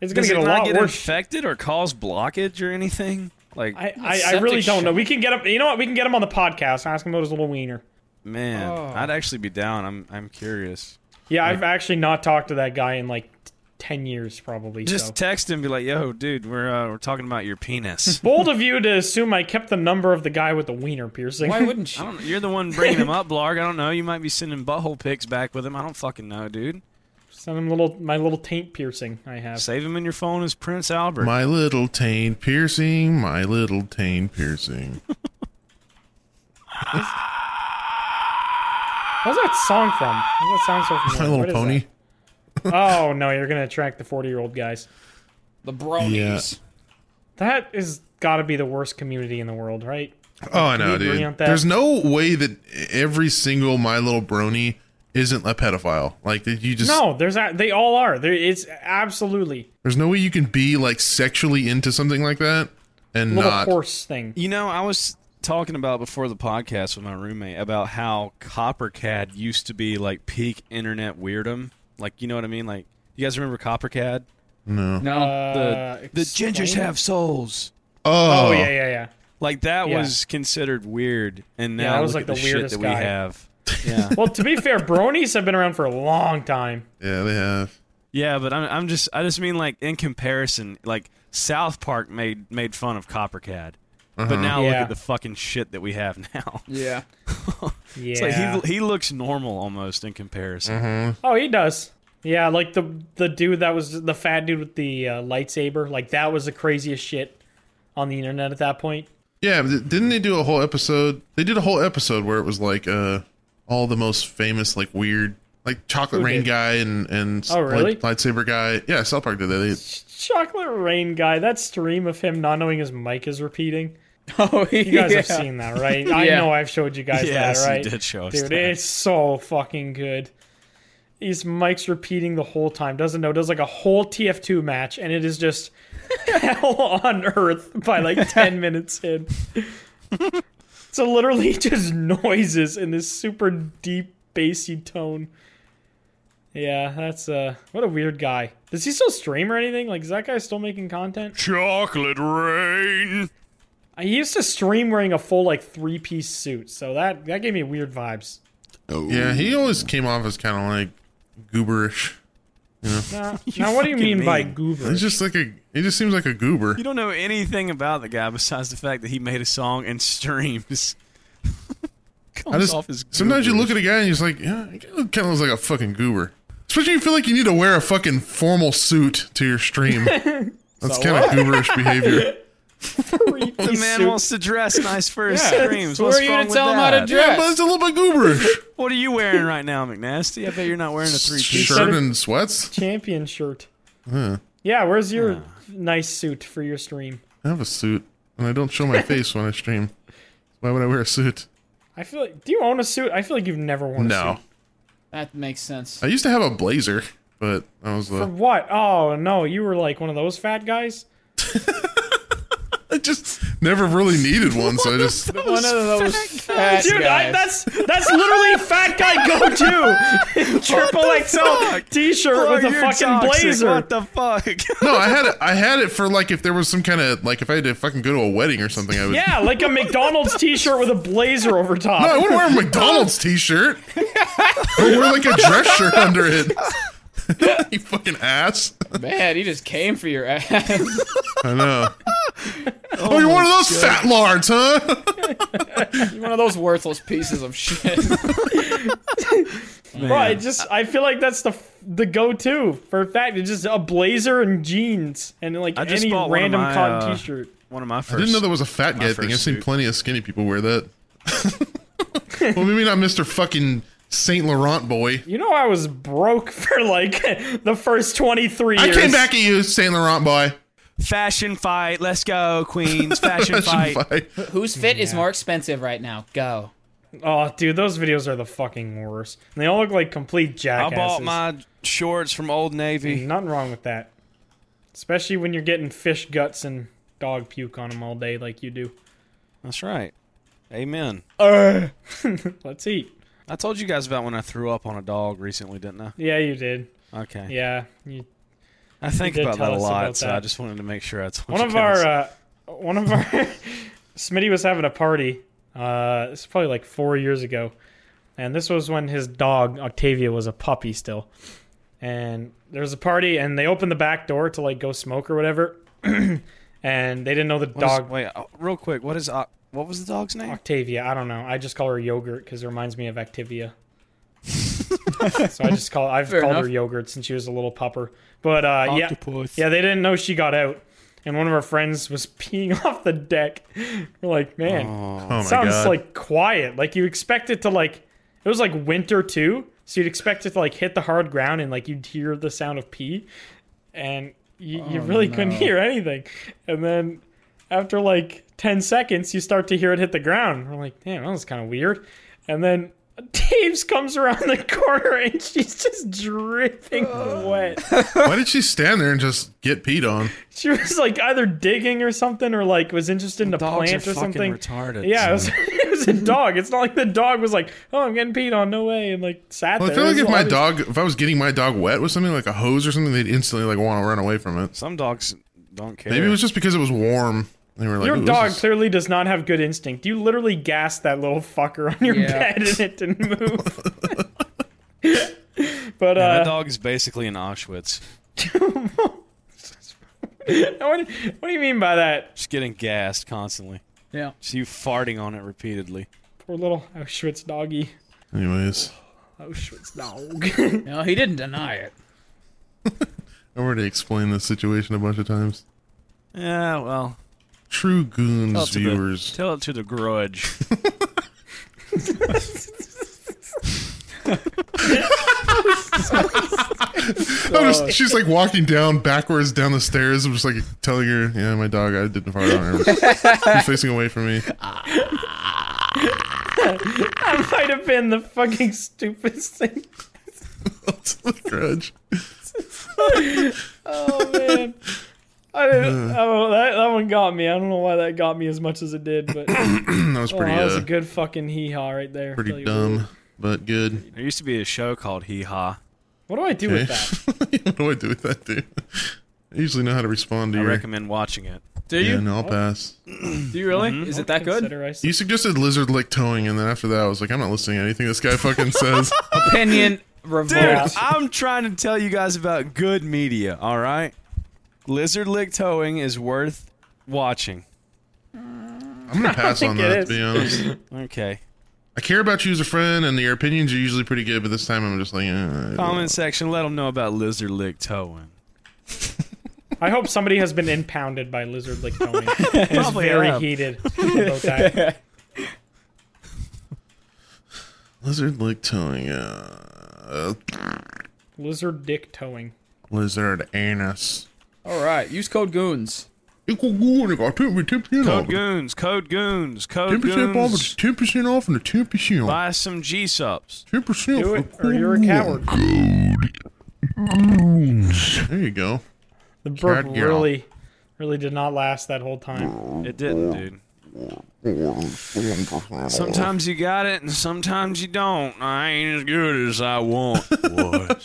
[SPEAKER 6] it's gonna
[SPEAKER 4] Does
[SPEAKER 6] get
[SPEAKER 4] it
[SPEAKER 6] a
[SPEAKER 4] not
[SPEAKER 6] lot
[SPEAKER 4] get
[SPEAKER 6] worse.
[SPEAKER 4] infected or cause blockage or anything? Like
[SPEAKER 6] I, I, I
[SPEAKER 5] Septic
[SPEAKER 6] really don't
[SPEAKER 5] shock.
[SPEAKER 6] know. We can get him. You know what? We can get him on the podcast. and Ask him about his little wiener.
[SPEAKER 4] man,
[SPEAKER 6] oh.
[SPEAKER 4] I'd actually be down. I'm I'm curious.
[SPEAKER 6] Yeah, I've actually not talked to that guy in like t- ten years, probably.
[SPEAKER 4] Just
[SPEAKER 6] so.
[SPEAKER 4] text him, be like, "Yo, dude, we're uh, we're talking about your penis."
[SPEAKER 6] bold of you to assume I kept the number of the guy with the wiener piercing.
[SPEAKER 5] Why wouldn't
[SPEAKER 4] I
[SPEAKER 5] you?
[SPEAKER 4] don't. You're the one bringing him up, Blarg. I don't know. You might be sending butthole pics back with him. I don't fucking know, dude.
[SPEAKER 6] Send him little my little taint piercing I have.
[SPEAKER 4] Save him in your phone as Prince Albert.
[SPEAKER 3] My little taint piercing. My little taint piercing.
[SPEAKER 6] What's that song from? What's that sound so
[SPEAKER 3] My
[SPEAKER 6] familiar?
[SPEAKER 3] little
[SPEAKER 6] What is
[SPEAKER 3] pony.
[SPEAKER 6] that? Oh no, you're gonna attract the forty year old guys.
[SPEAKER 5] The bronies.
[SPEAKER 6] That is got to be the worst community in the world, right?
[SPEAKER 3] Oh, I
[SPEAKER 6] we
[SPEAKER 3] know,
[SPEAKER 6] agree on
[SPEAKER 3] dude.
[SPEAKER 6] that?
[SPEAKER 3] There's no way that every single My Little Brony isn't a pedophile. Like that you just
[SPEAKER 6] No, there's a, they all are. There, it's absolutely
[SPEAKER 3] there's no way you can be like sexually into something like that and
[SPEAKER 6] little
[SPEAKER 3] not
[SPEAKER 6] horse thing.
[SPEAKER 4] You know, I was talking about before the podcast with my roommate about how Coppercad used to be like peak internet weirdom. Like, you know what I mean? Like, you guys remember Coppercad?
[SPEAKER 5] No.
[SPEAKER 4] The
[SPEAKER 6] Uh,
[SPEAKER 4] the
[SPEAKER 6] explain
[SPEAKER 4] gingers
[SPEAKER 6] it.
[SPEAKER 4] have souls.
[SPEAKER 3] Oh,
[SPEAKER 6] Oh yeah, yeah, yeah.
[SPEAKER 4] Like that
[SPEAKER 6] Yeah.
[SPEAKER 4] was considered weird, and now
[SPEAKER 6] that was,
[SPEAKER 4] look
[SPEAKER 6] like,
[SPEAKER 4] at the,
[SPEAKER 6] the
[SPEAKER 4] shit
[SPEAKER 6] weirdest
[SPEAKER 4] that
[SPEAKER 6] guy.
[SPEAKER 4] we have. Yeah,
[SPEAKER 6] Well, to be fair, bronies have been around for a long time.
[SPEAKER 3] yeah, they have.
[SPEAKER 4] yeah, but I'm, I'm just I just mean like in comparison, like South Park made made fun of Coppercad, but now look
[SPEAKER 6] Yeah.
[SPEAKER 4] at the fucking shit that we have now.
[SPEAKER 5] Yeah.
[SPEAKER 6] Yeah.
[SPEAKER 4] It's like he he looks normal almost in comparison.
[SPEAKER 6] oh, he does. Yeah, like the the dude that was the fat dude with the uh, lightsaber. Like that was the craziest shit on the internet at that point.
[SPEAKER 3] Yeah, but th- didn't they do a whole episode? They did a whole episode where it was like uh all the most famous like weird like chocolate rain
[SPEAKER 6] did?
[SPEAKER 3] guy and and
[SPEAKER 6] Oh, really?
[SPEAKER 3] light- lightsaber guy. Yeah, South Park did that. They,
[SPEAKER 6] Chocolate Rain guy. That stream of him not knowing his mic is repeating.
[SPEAKER 5] Oh, yeah.
[SPEAKER 6] You guys have seen that, right? I
[SPEAKER 5] Yeah.
[SPEAKER 6] know I've showed you guys
[SPEAKER 4] Yes,
[SPEAKER 6] that,
[SPEAKER 4] you
[SPEAKER 6] right?
[SPEAKER 4] did show us
[SPEAKER 6] Dude,
[SPEAKER 4] that.
[SPEAKER 6] it's so fucking good. His mic's repeating the whole time. Doesn't know. Does like a whole TF2 match, and it is just hell on earth by like ten minutes in. so literally just noises in this super deep bassy tone. Yeah, that's uh, what a weird guy. Does he still stream or anything? Like, is that guy still making content?
[SPEAKER 4] Chocolate rain.
[SPEAKER 6] I used to stream wearing a full like three piece suit, so that that gave me weird vibes.
[SPEAKER 3] yeah, he always came off as kind of like gooberish.
[SPEAKER 6] Now, now what do you mean, by
[SPEAKER 4] mean.
[SPEAKER 6] goober?
[SPEAKER 3] He's just like a. He just seems like a goober.
[SPEAKER 4] You don't know anything about the guy besides the fact that he made a song and streams. comes
[SPEAKER 3] I just
[SPEAKER 4] off as
[SPEAKER 3] sometimes you
[SPEAKER 4] gooberish.
[SPEAKER 3] look at a guy and you're just like, yeah, kind of looks like a fucking goober. Especially if you feel like you need to wear a fucking formal suit to your stream. That's kind of gooberish behavior.
[SPEAKER 4] the man wants to dress nice for his
[SPEAKER 5] Yeah.
[SPEAKER 4] streams.
[SPEAKER 5] Who
[SPEAKER 4] What's
[SPEAKER 5] are you to
[SPEAKER 4] wrong with
[SPEAKER 5] tell him how
[SPEAKER 4] that?
[SPEAKER 5] to dress?
[SPEAKER 3] But it's a little bit gooberish.
[SPEAKER 4] What are you wearing right now, McNasty? I bet you're not wearing a three piece.
[SPEAKER 3] Shirt and sweats.
[SPEAKER 6] Champion shirt. Yeah, where's your nice suit for your stream?
[SPEAKER 3] I have a suit, and I don't show my face when I stream. Why would I wear a suit?
[SPEAKER 6] I feel like. Do you own a suit? I feel like you've never worn a
[SPEAKER 3] No,
[SPEAKER 6] suit.
[SPEAKER 5] That makes sense.
[SPEAKER 3] I used to have a blazer, but I was uh,
[SPEAKER 6] For
[SPEAKER 3] like,
[SPEAKER 6] what? Oh no, you were like one of those fat guys.
[SPEAKER 3] I just never really needed one, so I just
[SPEAKER 5] One of those fat
[SPEAKER 6] Dude, I,
[SPEAKER 5] guys.
[SPEAKER 6] that's that's literally fat guy go to triple XL T-shirt
[SPEAKER 4] Bro,
[SPEAKER 6] with a
[SPEAKER 4] you're
[SPEAKER 6] fucking
[SPEAKER 4] toxic.
[SPEAKER 6] blazer.
[SPEAKER 4] What the fuck?
[SPEAKER 3] no. I had it. I had it for like if there was some kind of like if I had to fucking go to a wedding or something. I would.
[SPEAKER 6] yeah, like a McDonald's T-shirt with a blazer over top.
[SPEAKER 3] No, I wouldn't wear a McDonald's t-shirt. or wear like a dress shirt under it. you fucking ass.
[SPEAKER 5] Man, he just came for your ass.
[SPEAKER 3] I know. Oh, you're one of those fat lards, huh?
[SPEAKER 5] You're one of those worthless pieces of shit.
[SPEAKER 6] Bro, I just I feel like that's the the go-to for fat. It's just a blazer and jeans and like
[SPEAKER 4] I just
[SPEAKER 6] any
[SPEAKER 4] bought one of
[SPEAKER 6] random
[SPEAKER 4] my,
[SPEAKER 6] cotton
[SPEAKER 4] uh,
[SPEAKER 6] T-shirt.
[SPEAKER 4] One of my first.
[SPEAKER 3] I didn't know that was a fat guy thing. I've
[SPEAKER 4] first
[SPEAKER 3] seen
[SPEAKER 4] suit.
[SPEAKER 3] plenty of skinny people wear that. well, maybe not Mr. fucking Saint Laurent boy.
[SPEAKER 6] You know, I was broke for like the first 23
[SPEAKER 3] I
[SPEAKER 6] years.
[SPEAKER 3] came back at you, Saint Laurent boy.
[SPEAKER 4] Fashion fight. Let's go, Queens. Fashion,
[SPEAKER 3] Fashion
[SPEAKER 4] fight.
[SPEAKER 3] fight.
[SPEAKER 5] Whose fit is more expensive right now? Go.
[SPEAKER 6] Oh, dude, those videos are the fucking worst. And they all look like complete
[SPEAKER 4] I
[SPEAKER 6] jackasses.
[SPEAKER 4] bought my shorts from Old Navy.
[SPEAKER 6] Nothing wrong with that. Especially when you're getting fish guts and dog puke on them all day like you do.
[SPEAKER 4] That's right. Amen.
[SPEAKER 6] Let's eat.
[SPEAKER 4] I told you guys about when I threw up on a dog recently, didn't I?
[SPEAKER 6] Yeah, you did.
[SPEAKER 4] Okay.
[SPEAKER 6] Yeah. You,
[SPEAKER 4] I think
[SPEAKER 6] did
[SPEAKER 4] about
[SPEAKER 6] tell
[SPEAKER 4] that a
[SPEAKER 6] us
[SPEAKER 4] lot,
[SPEAKER 6] about
[SPEAKER 4] so
[SPEAKER 6] that.
[SPEAKER 4] I just wanted to make sure I told
[SPEAKER 6] one
[SPEAKER 4] you
[SPEAKER 6] of our
[SPEAKER 4] guys.
[SPEAKER 6] uh, one of our Smitty was having a party. Uh, it's probably like four years ago, and this was when his dog Octavia was a puppy still. And there was a party, and they opened the back door to like go smoke or whatever, and they didn't know the
[SPEAKER 4] What is-
[SPEAKER 6] dog
[SPEAKER 4] wait, uh, real quick. What is Oc- what was the dog's name?
[SPEAKER 6] Octavia. I don't know. I just call her yogurt because it reminds me of Activia. so I just call I've
[SPEAKER 5] Fair
[SPEAKER 6] called
[SPEAKER 5] enough.
[SPEAKER 6] her yogurt since she was a little pupper. But uh, yeah,
[SPEAKER 4] Octopus.
[SPEAKER 6] yeah, they didn't know she got out, and one of her friends was peeing off the deck. We're like, man,
[SPEAKER 3] Oh my
[SPEAKER 6] sounds
[SPEAKER 3] god.
[SPEAKER 6] like quiet. Like you expect it to like it was like winter too, so you'd expect it to like hit the hard ground and like you'd hear the sound of pee, and you, you really couldn't hear anything. And then after like ten seconds, you start to hear it hit the ground. We're like, damn, that was kind of weird. And then. Taves comes around the corner and she's just dripping wet.
[SPEAKER 3] Why did she stand there and just get peed on?
[SPEAKER 6] She was like either digging or something, or like was interested in a
[SPEAKER 4] Dogs
[SPEAKER 6] plant
[SPEAKER 4] are
[SPEAKER 6] or
[SPEAKER 4] fucking
[SPEAKER 6] something.
[SPEAKER 4] retarded.
[SPEAKER 6] Yeah, it was,
[SPEAKER 4] son.
[SPEAKER 6] it was a dog. It's not like the dog was like, "Oh, I'm getting peed on, no way," and like sat
[SPEAKER 3] Well, I
[SPEAKER 6] there.
[SPEAKER 3] feel
[SPEAKER 6] It
[SPEAKER 3] like
[SPEAKER 6] was
[SPEAKER 3] if my
[SPEAKER 6] obvious-
[SPEAKER 3] dog, if I was getting my dog wet with something like a hose or something, they'd instantly like want to run away from it.
[SPEAKER 4] Some dogs don't care.
[SPEAKER 3] Maybe it was just because it was warm. They were like,
[SPEAKER 6] your
[SPEAKER 3] "Ooh, this
[SPEAKER 6] dog
[SPEAKER 3] is-
[SPEAKER 6] clearly does not have good instinct. You literally gassed that little fucker on your
[SPEAKER 5] Yeah.
[SPEAKER 6] bed, and it didn't move. but
[SPEAKER 4] Yeah, that
[SPEAKER 6] uh,
[SPEAKER 4] dog is basically in Auschwitz.
[SPEAKER 6] what, what do you mean by that?
[SPEAKER 4] Just getting gassed constantly.
[SPEAKER 5] Yeah.
[SPEAKER 4] Just you farting on it repeatedly.
[SPEAKER 6] Poor little Auschwitz doggy.
[SPEAKER 3] Anyways,
[SPEAKER 6] Auschwitz dog.
[SPEAKER 5] No, he didn't deny it.
[SPEAKER 3] I've already explained this situation a bunch of times.
[SPEAKER 4] Yeah, well,
[SPEAKER 3] True goons
[SPEAKER 4] tell it, to the,
[SPEAKER 3] viewers.
[SPEAKER 4] tell it to the grudge.
[SPEAKER 3] I'm just- she's like walking down backwards down the stairs. I'm just like telling her, "Yeah, my dog. I didn't fart on her. She's facing away from me."
[SPEAKER 6] that might have been the fucking stupidest thing.
[SPEAKER 3] It's the grudge.
[SPEAKER 6] Oh man. I didn't, oh, that, that one got me. I don't know why that got me as much as it did, but
[SPEAKER 3] That was pretty,
[SPEAKER 6] oh, that was
[SPEAKER 3] uh,
[SPEAKER 6] a good fucking hee haw right there. Tell
[SPEAKER 3] pretty
[SPEAKER 6] you
[SPEAKER 3] dumb, but good.
[SPEAKER 4] There used to be a show called Hee Haw.
[SPEAKER 6] What do I do
[SPEAKER 3] Okay.
[SPEAKER 6] with that?
[SPEAKER 3] what do I do with that, dude? I usually know how to respond to
[SPEAKER 4] I
[SPEAKER 3] your.
[SPEAKER 4] recommend watching it.
[SPEAKER 5] Do
[SPEAKER 3] yeah,
[SPEAKER 5] you?
[SPEAKER 3] no, I'll pass.
[SPEAKER 5] Do you really? Is Mm-hmm. it that good?
[SPEAKER 6] Consider I said-
[SPEAKER 3] You suggested lizard lick towing, and then after that, I was like, I'm not listening to anything this guy fucking says.
[SPEAKER 5] Opinion
[SPEAKER 4] Dude,
[SPEAKER 5] revolt.
[SPEAKER 4] I'm trying to tell you guys about good media, all right? Lizard Lick Towing is worth watching.
[SPEAKER 3] I'm gonna pass on
[SPEAKER 6] think
[SPEAKER 3] that.
[SPEAKER 6] it is.
[SPEAKER 3] To be honest,
[SPEAKER 4] Okay.
[SPEAKER 3] I care about you as a friend, and your opinions are usually pretty good, but this time I'm just like, eh,
[SPEAKER 4] Comment section, let them know about lizard lick towing.
[SPEAKER 6] I hope somebody has been impounded by lizard like Tony. It's very
[SPEAKER 4] have.
[SPEAKER 6] heated about that.
[SPEAKER 3] lizard lick towing, uh,
[SPEAKER 6] Lizard dick towing.
[SPEAKER 3] lizard anus.
[SPEAKER 5] All right, use code goons.
[SPEAKER 3] Equal good, I got 10%
[SPEAKER 4] Code
[SPEAKER 3] off.
[SPEAKER 4] goons, code goons, code
[SPEAKER 3] 10% off,
[SPEAKER 4] goons.
[SPEAKER 3] it's 10% off, and the 10% off.
[SPEAKER 4] Buy some G subs.
[SPEAKER 3] 10%
[SPEAKER 6] Do it,
[SPEAKER 3] off.
[SPEAKER 6] or you're a coward.
[SPEAKER 3] There you go.
[SPEAKER 6] The burp
[SPEAKER 3] Coward girl.
[SPEAKER 6] really, really did not last that whole time.
[SPEAKER 4] It didn't, dude. Sometimes you got it and sometimes you don't. I ain't as good as I want. was.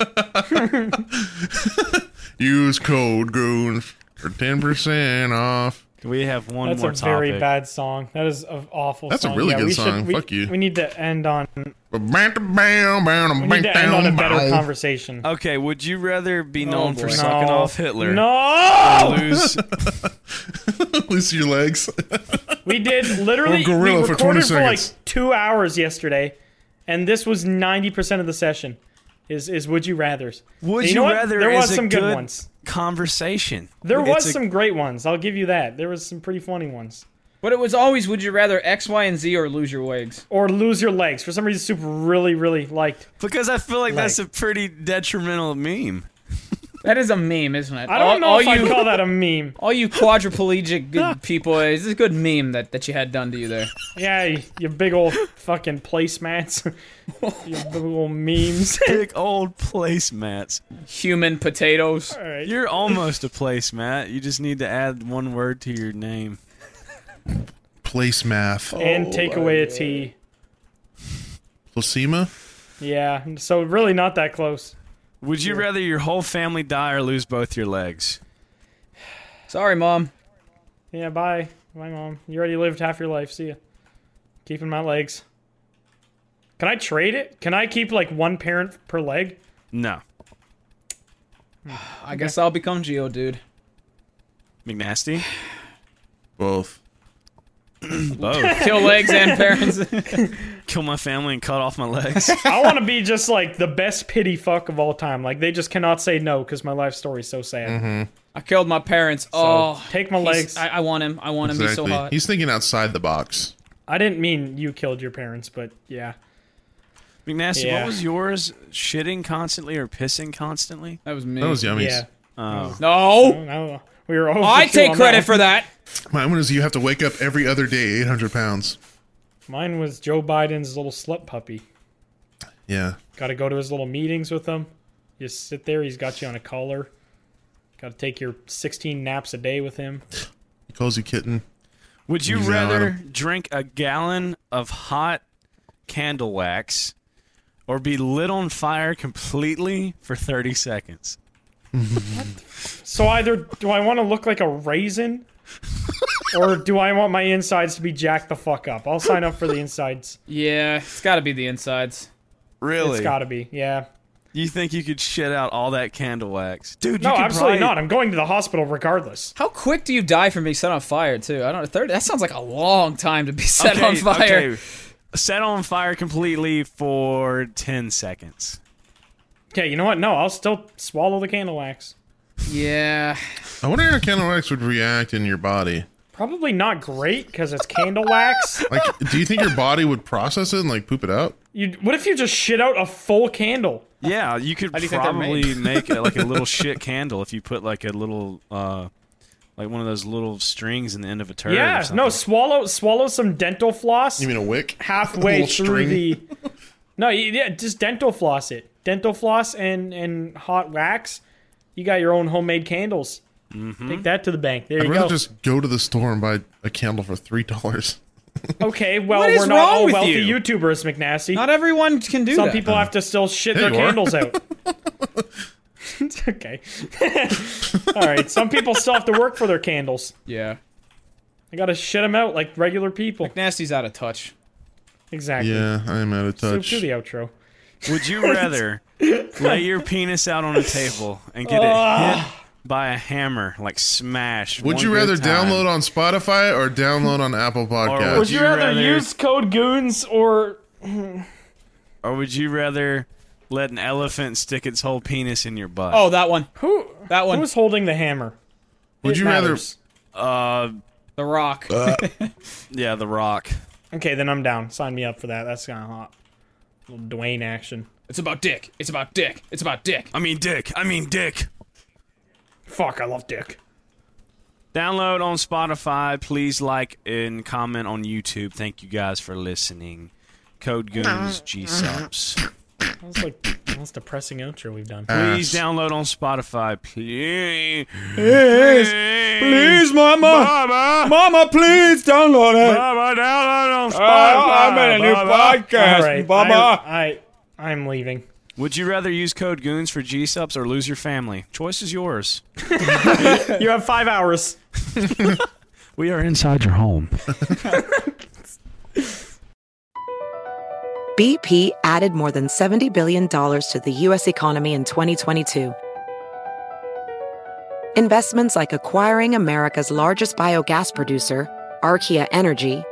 [SPEAKER 3] Use code goons for 10% off.
[SPEAKER 4] We have one
[SPEAKER 6] That's
[SPEAKER 4] more
[SPEAKER 6] a very
[SPEAKER 4] topic.
[SPEAKER 6] bad song. That is an awful
[SPEAKER 3] That's a
[SPEAKER 6] song.
[SPEAKER 3] really
[SPEAKER 6] yeah,
[SPEAKER 3] good
[SPEAKER 6] we
[SPEAKER 3] song.
[SPEAKER 6] Should, we,
[SPEAKER 3] Fuck you.
[SPEAKER 6] We need to end on
[SPEAKER 3] We need
[SPEAKER 6] we need to end on a better
[SPEAKER 3] conversation.
[SPEAKER 6] conversation.
[SPEAKER 4] Okay, would you rather be known for
[SPEAKER 6] Oh, boy.
[SPEAKER 4] sucking
[SPEAKER 6] No.
[SPEAKER 4] off Hitler?
[SPEAKER 6] No!
[SPEAKER 4] Lose
[SPEAKER 3] Loose your legs.
[SPEAKER 6] We did literally
[SPEAKER 3] Or gorilla
[SPEAKER 6] we
[SPEAKER 3] for 20
[SPEAKER 6] recorded
[SPEAKER 3] seconds.
[SPEAKER 6] like two hours yesterday, and this was ninety percent of the session. Is is would you rather's?
[SPEAKER 4] Would
[SPEAKER 6] And
[SPEAKER 4] you,
[SPEAKER 6] know what?
[SPEAKER 4] rather?
[SPEAKER 6] There
[SPEAKER 4] is
[SPEAKER 6] was
[SPEAKER 4] a
[SPEAKER 6] some
[SPEAKER 4] good,
[SPEAKER 6] good, ones.
[SPEAKER 4] Conversation.
[SPEAKER 6] There
[SPEAKER 4] It's
[SPEAKER 6] was
[SPEAKER 4] a-
[SPEAKER 6] some great ones. I'll give you that. There was some pretty funny ones.
[SPEAKER 5] But it was always would you rather X, Y, and Z or lose your wigs?
[SPEAKER 6] Or lose your legs. For some reason, Soup really really liked.
[SPEAKER 4] because I feel like, that's a pretty detrimental meme.
[SPEAKER 5] That is a meme, isn't it?
[SPEAKER 6] I don't
[SPEAKER 5] all,
[SPEAKER 6] know
[SPEAKER 5] all
[SPEAKER 6] if
[SPEAKER 5] you,
[SPEAKER 6] I'd call that a meme.
[SPEAKER 5] all you quadriplegic good people. It's a good meme that, that you had done to you there.
[SPEAKER 6] Yeah, you, you big old fucking placemats. you big old memes.
[SPEAKER 4] Big old placemats.
[SPEAKER 5] Human potatoes.
[SPEAKER 6] All right.
[SPEAKER 4] You're almost a placemat. You just need to add one word to your name.
[SPEAKER 3] Place math.
[SPEAKER 6] and take
[SPEAKER 4] Oh
[SPEAKER 6] away a T.
[SPEAKER 3] Placema?
[SPEAKER 6] Yeah, so really not that close.
[SPEAKER 4] Would you rather your whole family die or lose both your legs?
[SPEAKER 5] Sorry, mom.
[SPEAKER 6] Yeah, bye. Bye, mom. You already lived half your life. See ya. Keeping my legs. Can I trade it? Can I keep like one parent per leg?
[SPEAKER 4] No.
[SPEAKER 5] I guess I'll become Geo, dude.
[SPEAKER 4] McNasty?
[SPEAKER 3] Both.
[SPEAKER 4] Both.
[SPEAKER 5] Kill legs and parents.
[SPEAKER 4] Kill my family and cut off my legs.
[SPEAKER 6] I want to be just like the best pity fuck of all time. Like they just cannot say no because my life story's so sad.
[SPEAKER 5] I killed my parents. oh,
[SPEAKER 6] take my
[SPEAKER 5] he's-
[SPEAKER 6] legs.
[SPEAKER 5] I, I want him. I want him. He's so hot.
[SPEAKER 3] He's thinking outside the box.
[SPEAKER 6] I didn't mean you killed your parents, but yeah.
[SPEAKER 4] McNasty,
[SPEAKER 6] Yeah.
[SPEAKER 4] what was yours? Shitting constantly or pissing constantly?
[SPEAKER 5] that was me.
[SPEAKER 3] That was yummies.
[SPEAKER 6] Yeah. Oh,
[SPEAKER 5] no,
[SPEAKER 6] No, we were over
[SPEAKER 5] Oh, I
[SPEAKER 6] two
[SPEAKER 5] take
[SPEAKER 6] on
[SPEAKER 5] credit
[SPEAKER 6] that
[SPEAKER 5] for that.
[SPEAKER 3] Mine was you have to wake up every other day 800 pounds.
[SPEAKER 6] one. Mine was Joe Biden's little slut puppy.
[SPEAKER 3] Yeah.
[SPEAKER 6] Got to go to his little meetings with him. You sit there. He's got you on a collar. Got to take your 16 naps a day with him.
[SPEAKER 3] He calls you kitten.
[SPEAKER 4] Would you
[SPEAKER 3] He's out
[SPEAKER 4] rather drink a gallon of hot candle wax or be lit on fire completely for 30 seconds?
[SPEAKER 6] So either do I want to look like a raisin, or do I want my insides to be jacked the fuck up? I'll sign up for the insides.
[SPEAKER 5] Yeah, it's got to be the insides.
[SPEAKER 4] Really?
[SPEAKER 6] It's gotta be, yeah.
[SPEAKER 4] You think you could shit out all that candle wax? Dude,
[SPEAKER 6] No,
[SPEAKER 4] you could
[SPEAKER 6] absolutely
[SPEAKER 4] probably-
[SPEAKER 6] not. I'm going to the hospital regardless.
[SPEAKER 5] How quick do you die from being set on fire, too? I don't know. 30, that sounds like a long time to be set on fire.
[SPEAKER 4] okay. Set on fire completely for 10 seconds.
[SPEAKER 6] Okay, you know what? No, I'll still swallow the candle wax.
[SPEAKER 5] Yeah.
[SPEAKER 3] I wonder how candle wax would react in your body.
[SPEAKER 6] Probably not great because it's candle wax.
[SPEAKER 3] Like, do you think your body would process it and like poop it out?
[SPEAKER 6] You, what if you just shit out a full candle?
[SPEAKER 4] Yeah, you could
[SPEAKER 5] do you think they're
[SPEAKER 4] probably make a, like a little shit candle if you put like a little uh like one of those little strings in the end of a turd. or
[SPEAKER 6] yeah, no,
[SPEAKER 4] something.
[SPEAKER 6] swallow swallow some dental floss.
[SPEAKER 3] You mean a wick?
[SPEAKER 6] halfway
[SPEAKER 3] little
[SPEAKER 6] through
[SPEAKER 3] string.
[SPEAKER 6] the no you- yeah just dental floss it dental floss and and hot wax you got your own homemade candles take that to the bank there
[SPEAKER 3] I'd
[SPEAKER 6] you
[SPEAKER 3] rather
[SPEAKER 6] go
[SPEAKER 3] just go to the store and buy a candle for three dollars.
[SPEAKER 6] okay well
[SPEAKER 5] What is
[SPEAKER 6] we're not
[SPEAKER 5] wrong
[SPEAKER 6] all
[SPEAKER 5] with
[SPEAKER 6] wealthy
[SPEAKER 5] you?
[SPEAKER 6] youtubers mcnasty
[SPEAKER 5] Not everyone can do
[SPEAKER 6] some
[SPEAKER 5] that.
[SPEAKER 6] people have to still shit
[SPEAKER 3] There
[SPEAKER 6] their
[SPEAKER 3] you are.
[SPEAKER 6] candles out It's okay all right some people still have to work for their candles
[SPEAKER 5] yeah.
[SPEAKER 6] i gotta shit them out like regular people
[SPEAKER 5] Nasty's out of touch.
[SPEAKER 6] exactly
[SPEAKER 3] Yeah, I am out of
[SPEAKER 6] so
[SPEAKER 3] touch.
[SPEAKER 6] do the outro
[SPEAKER 4] Would you rather lay your penis out on a table and get it
[SPEAKER 5] Ah.
[SPEAKER 4] hit by a hammer, like smash?
[SPEAKER 3] Would
[SPEAKER 4] one
[SPEAKER 3] you
[SPEAKER 4] good
[SPEAKER 3] rather
[SPEAKER 4] time?
[SPEAKER 3] download on Spotify or download on Apple Podcasts?
[SPEAKER 4] would
[SPEAKER 6] Would you rather,
[SPEAKER 4] rather-
[SPEAKER 6] use code goons or
[SPEAKER 4] Or would you rather let an elephant stick its whole penis in your butt?
[SPEAKER 5] Oh, that one.
[SPEAKER 6] Who
[SPEAKER 5] That one.
[SPEAKER 6] Who's holding the hammer?
[SPEAKER 3] Would
[SPEAKER 6] It
[SPEAKER 3] you rather?
[SPEAKER 6] matters.
[SPEAKER 4] Uh,
[SPEAKER 5] The Rock.
[SPEAKER 4] yeah, The Rock.
[SPEAKER 6] Okay, then I'm down. Sign me up for that. That's kind of hot. Little Dwayne action.
[SPEAKER 5] It's about dick. It's about dick. It's about dick.
[SPEAKER 4] I mean, Dick. I mean, Dick.
[SPEAKER 6] Fuck, I love dick.
[SPEAKER 4] Download on Spotify. Please like and comment on YouTube. Thank you guys for listening. Code Goons G Subs.
[SPEAKER 6] That was like the most depressing outro we've done.
[SPEAKER 4] Please download on Spotify. Please.
[SPEAKER 6] Please, mama.
[SPEAKER 4] Mama.
[SPEAKER 6] Mama, please download
[SPEAKER 4] Mama, download on Spotify.
[SPEAKER 6] Oh,
[SPEAKER 4] Mama.
[SPEAKER 6] podcast,
[SPEAKER 7] mama.
[SPEAKER 6] I, I, I'm leaving.
[SPEAKER 4] Would you rather use Code Goons for G Subs or lose your family? Choice is yours.
[SPEAKER 6] You have five hours.
[SPEAKER 4] We are inside your home.
[SPEAKER 8] BP added more than $70 billion to the U.S. economy in 2022. Investments like acquiring America's largest biogas producer, Archaea Energy,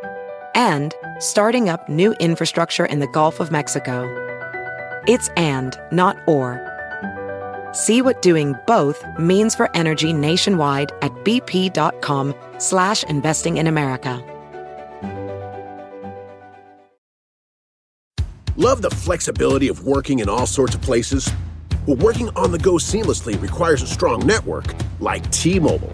[SPEAKER 8] and starting up new infrastructure in the Gulf of Mexico. It's and, not or. See what doing both means for energy nationwide at bp.com slash investing in America.
[SPEAKER 10] Love the flexibility of working in all sorts of places? Well, working on the go seamlessly requires a strong network like T Mobile.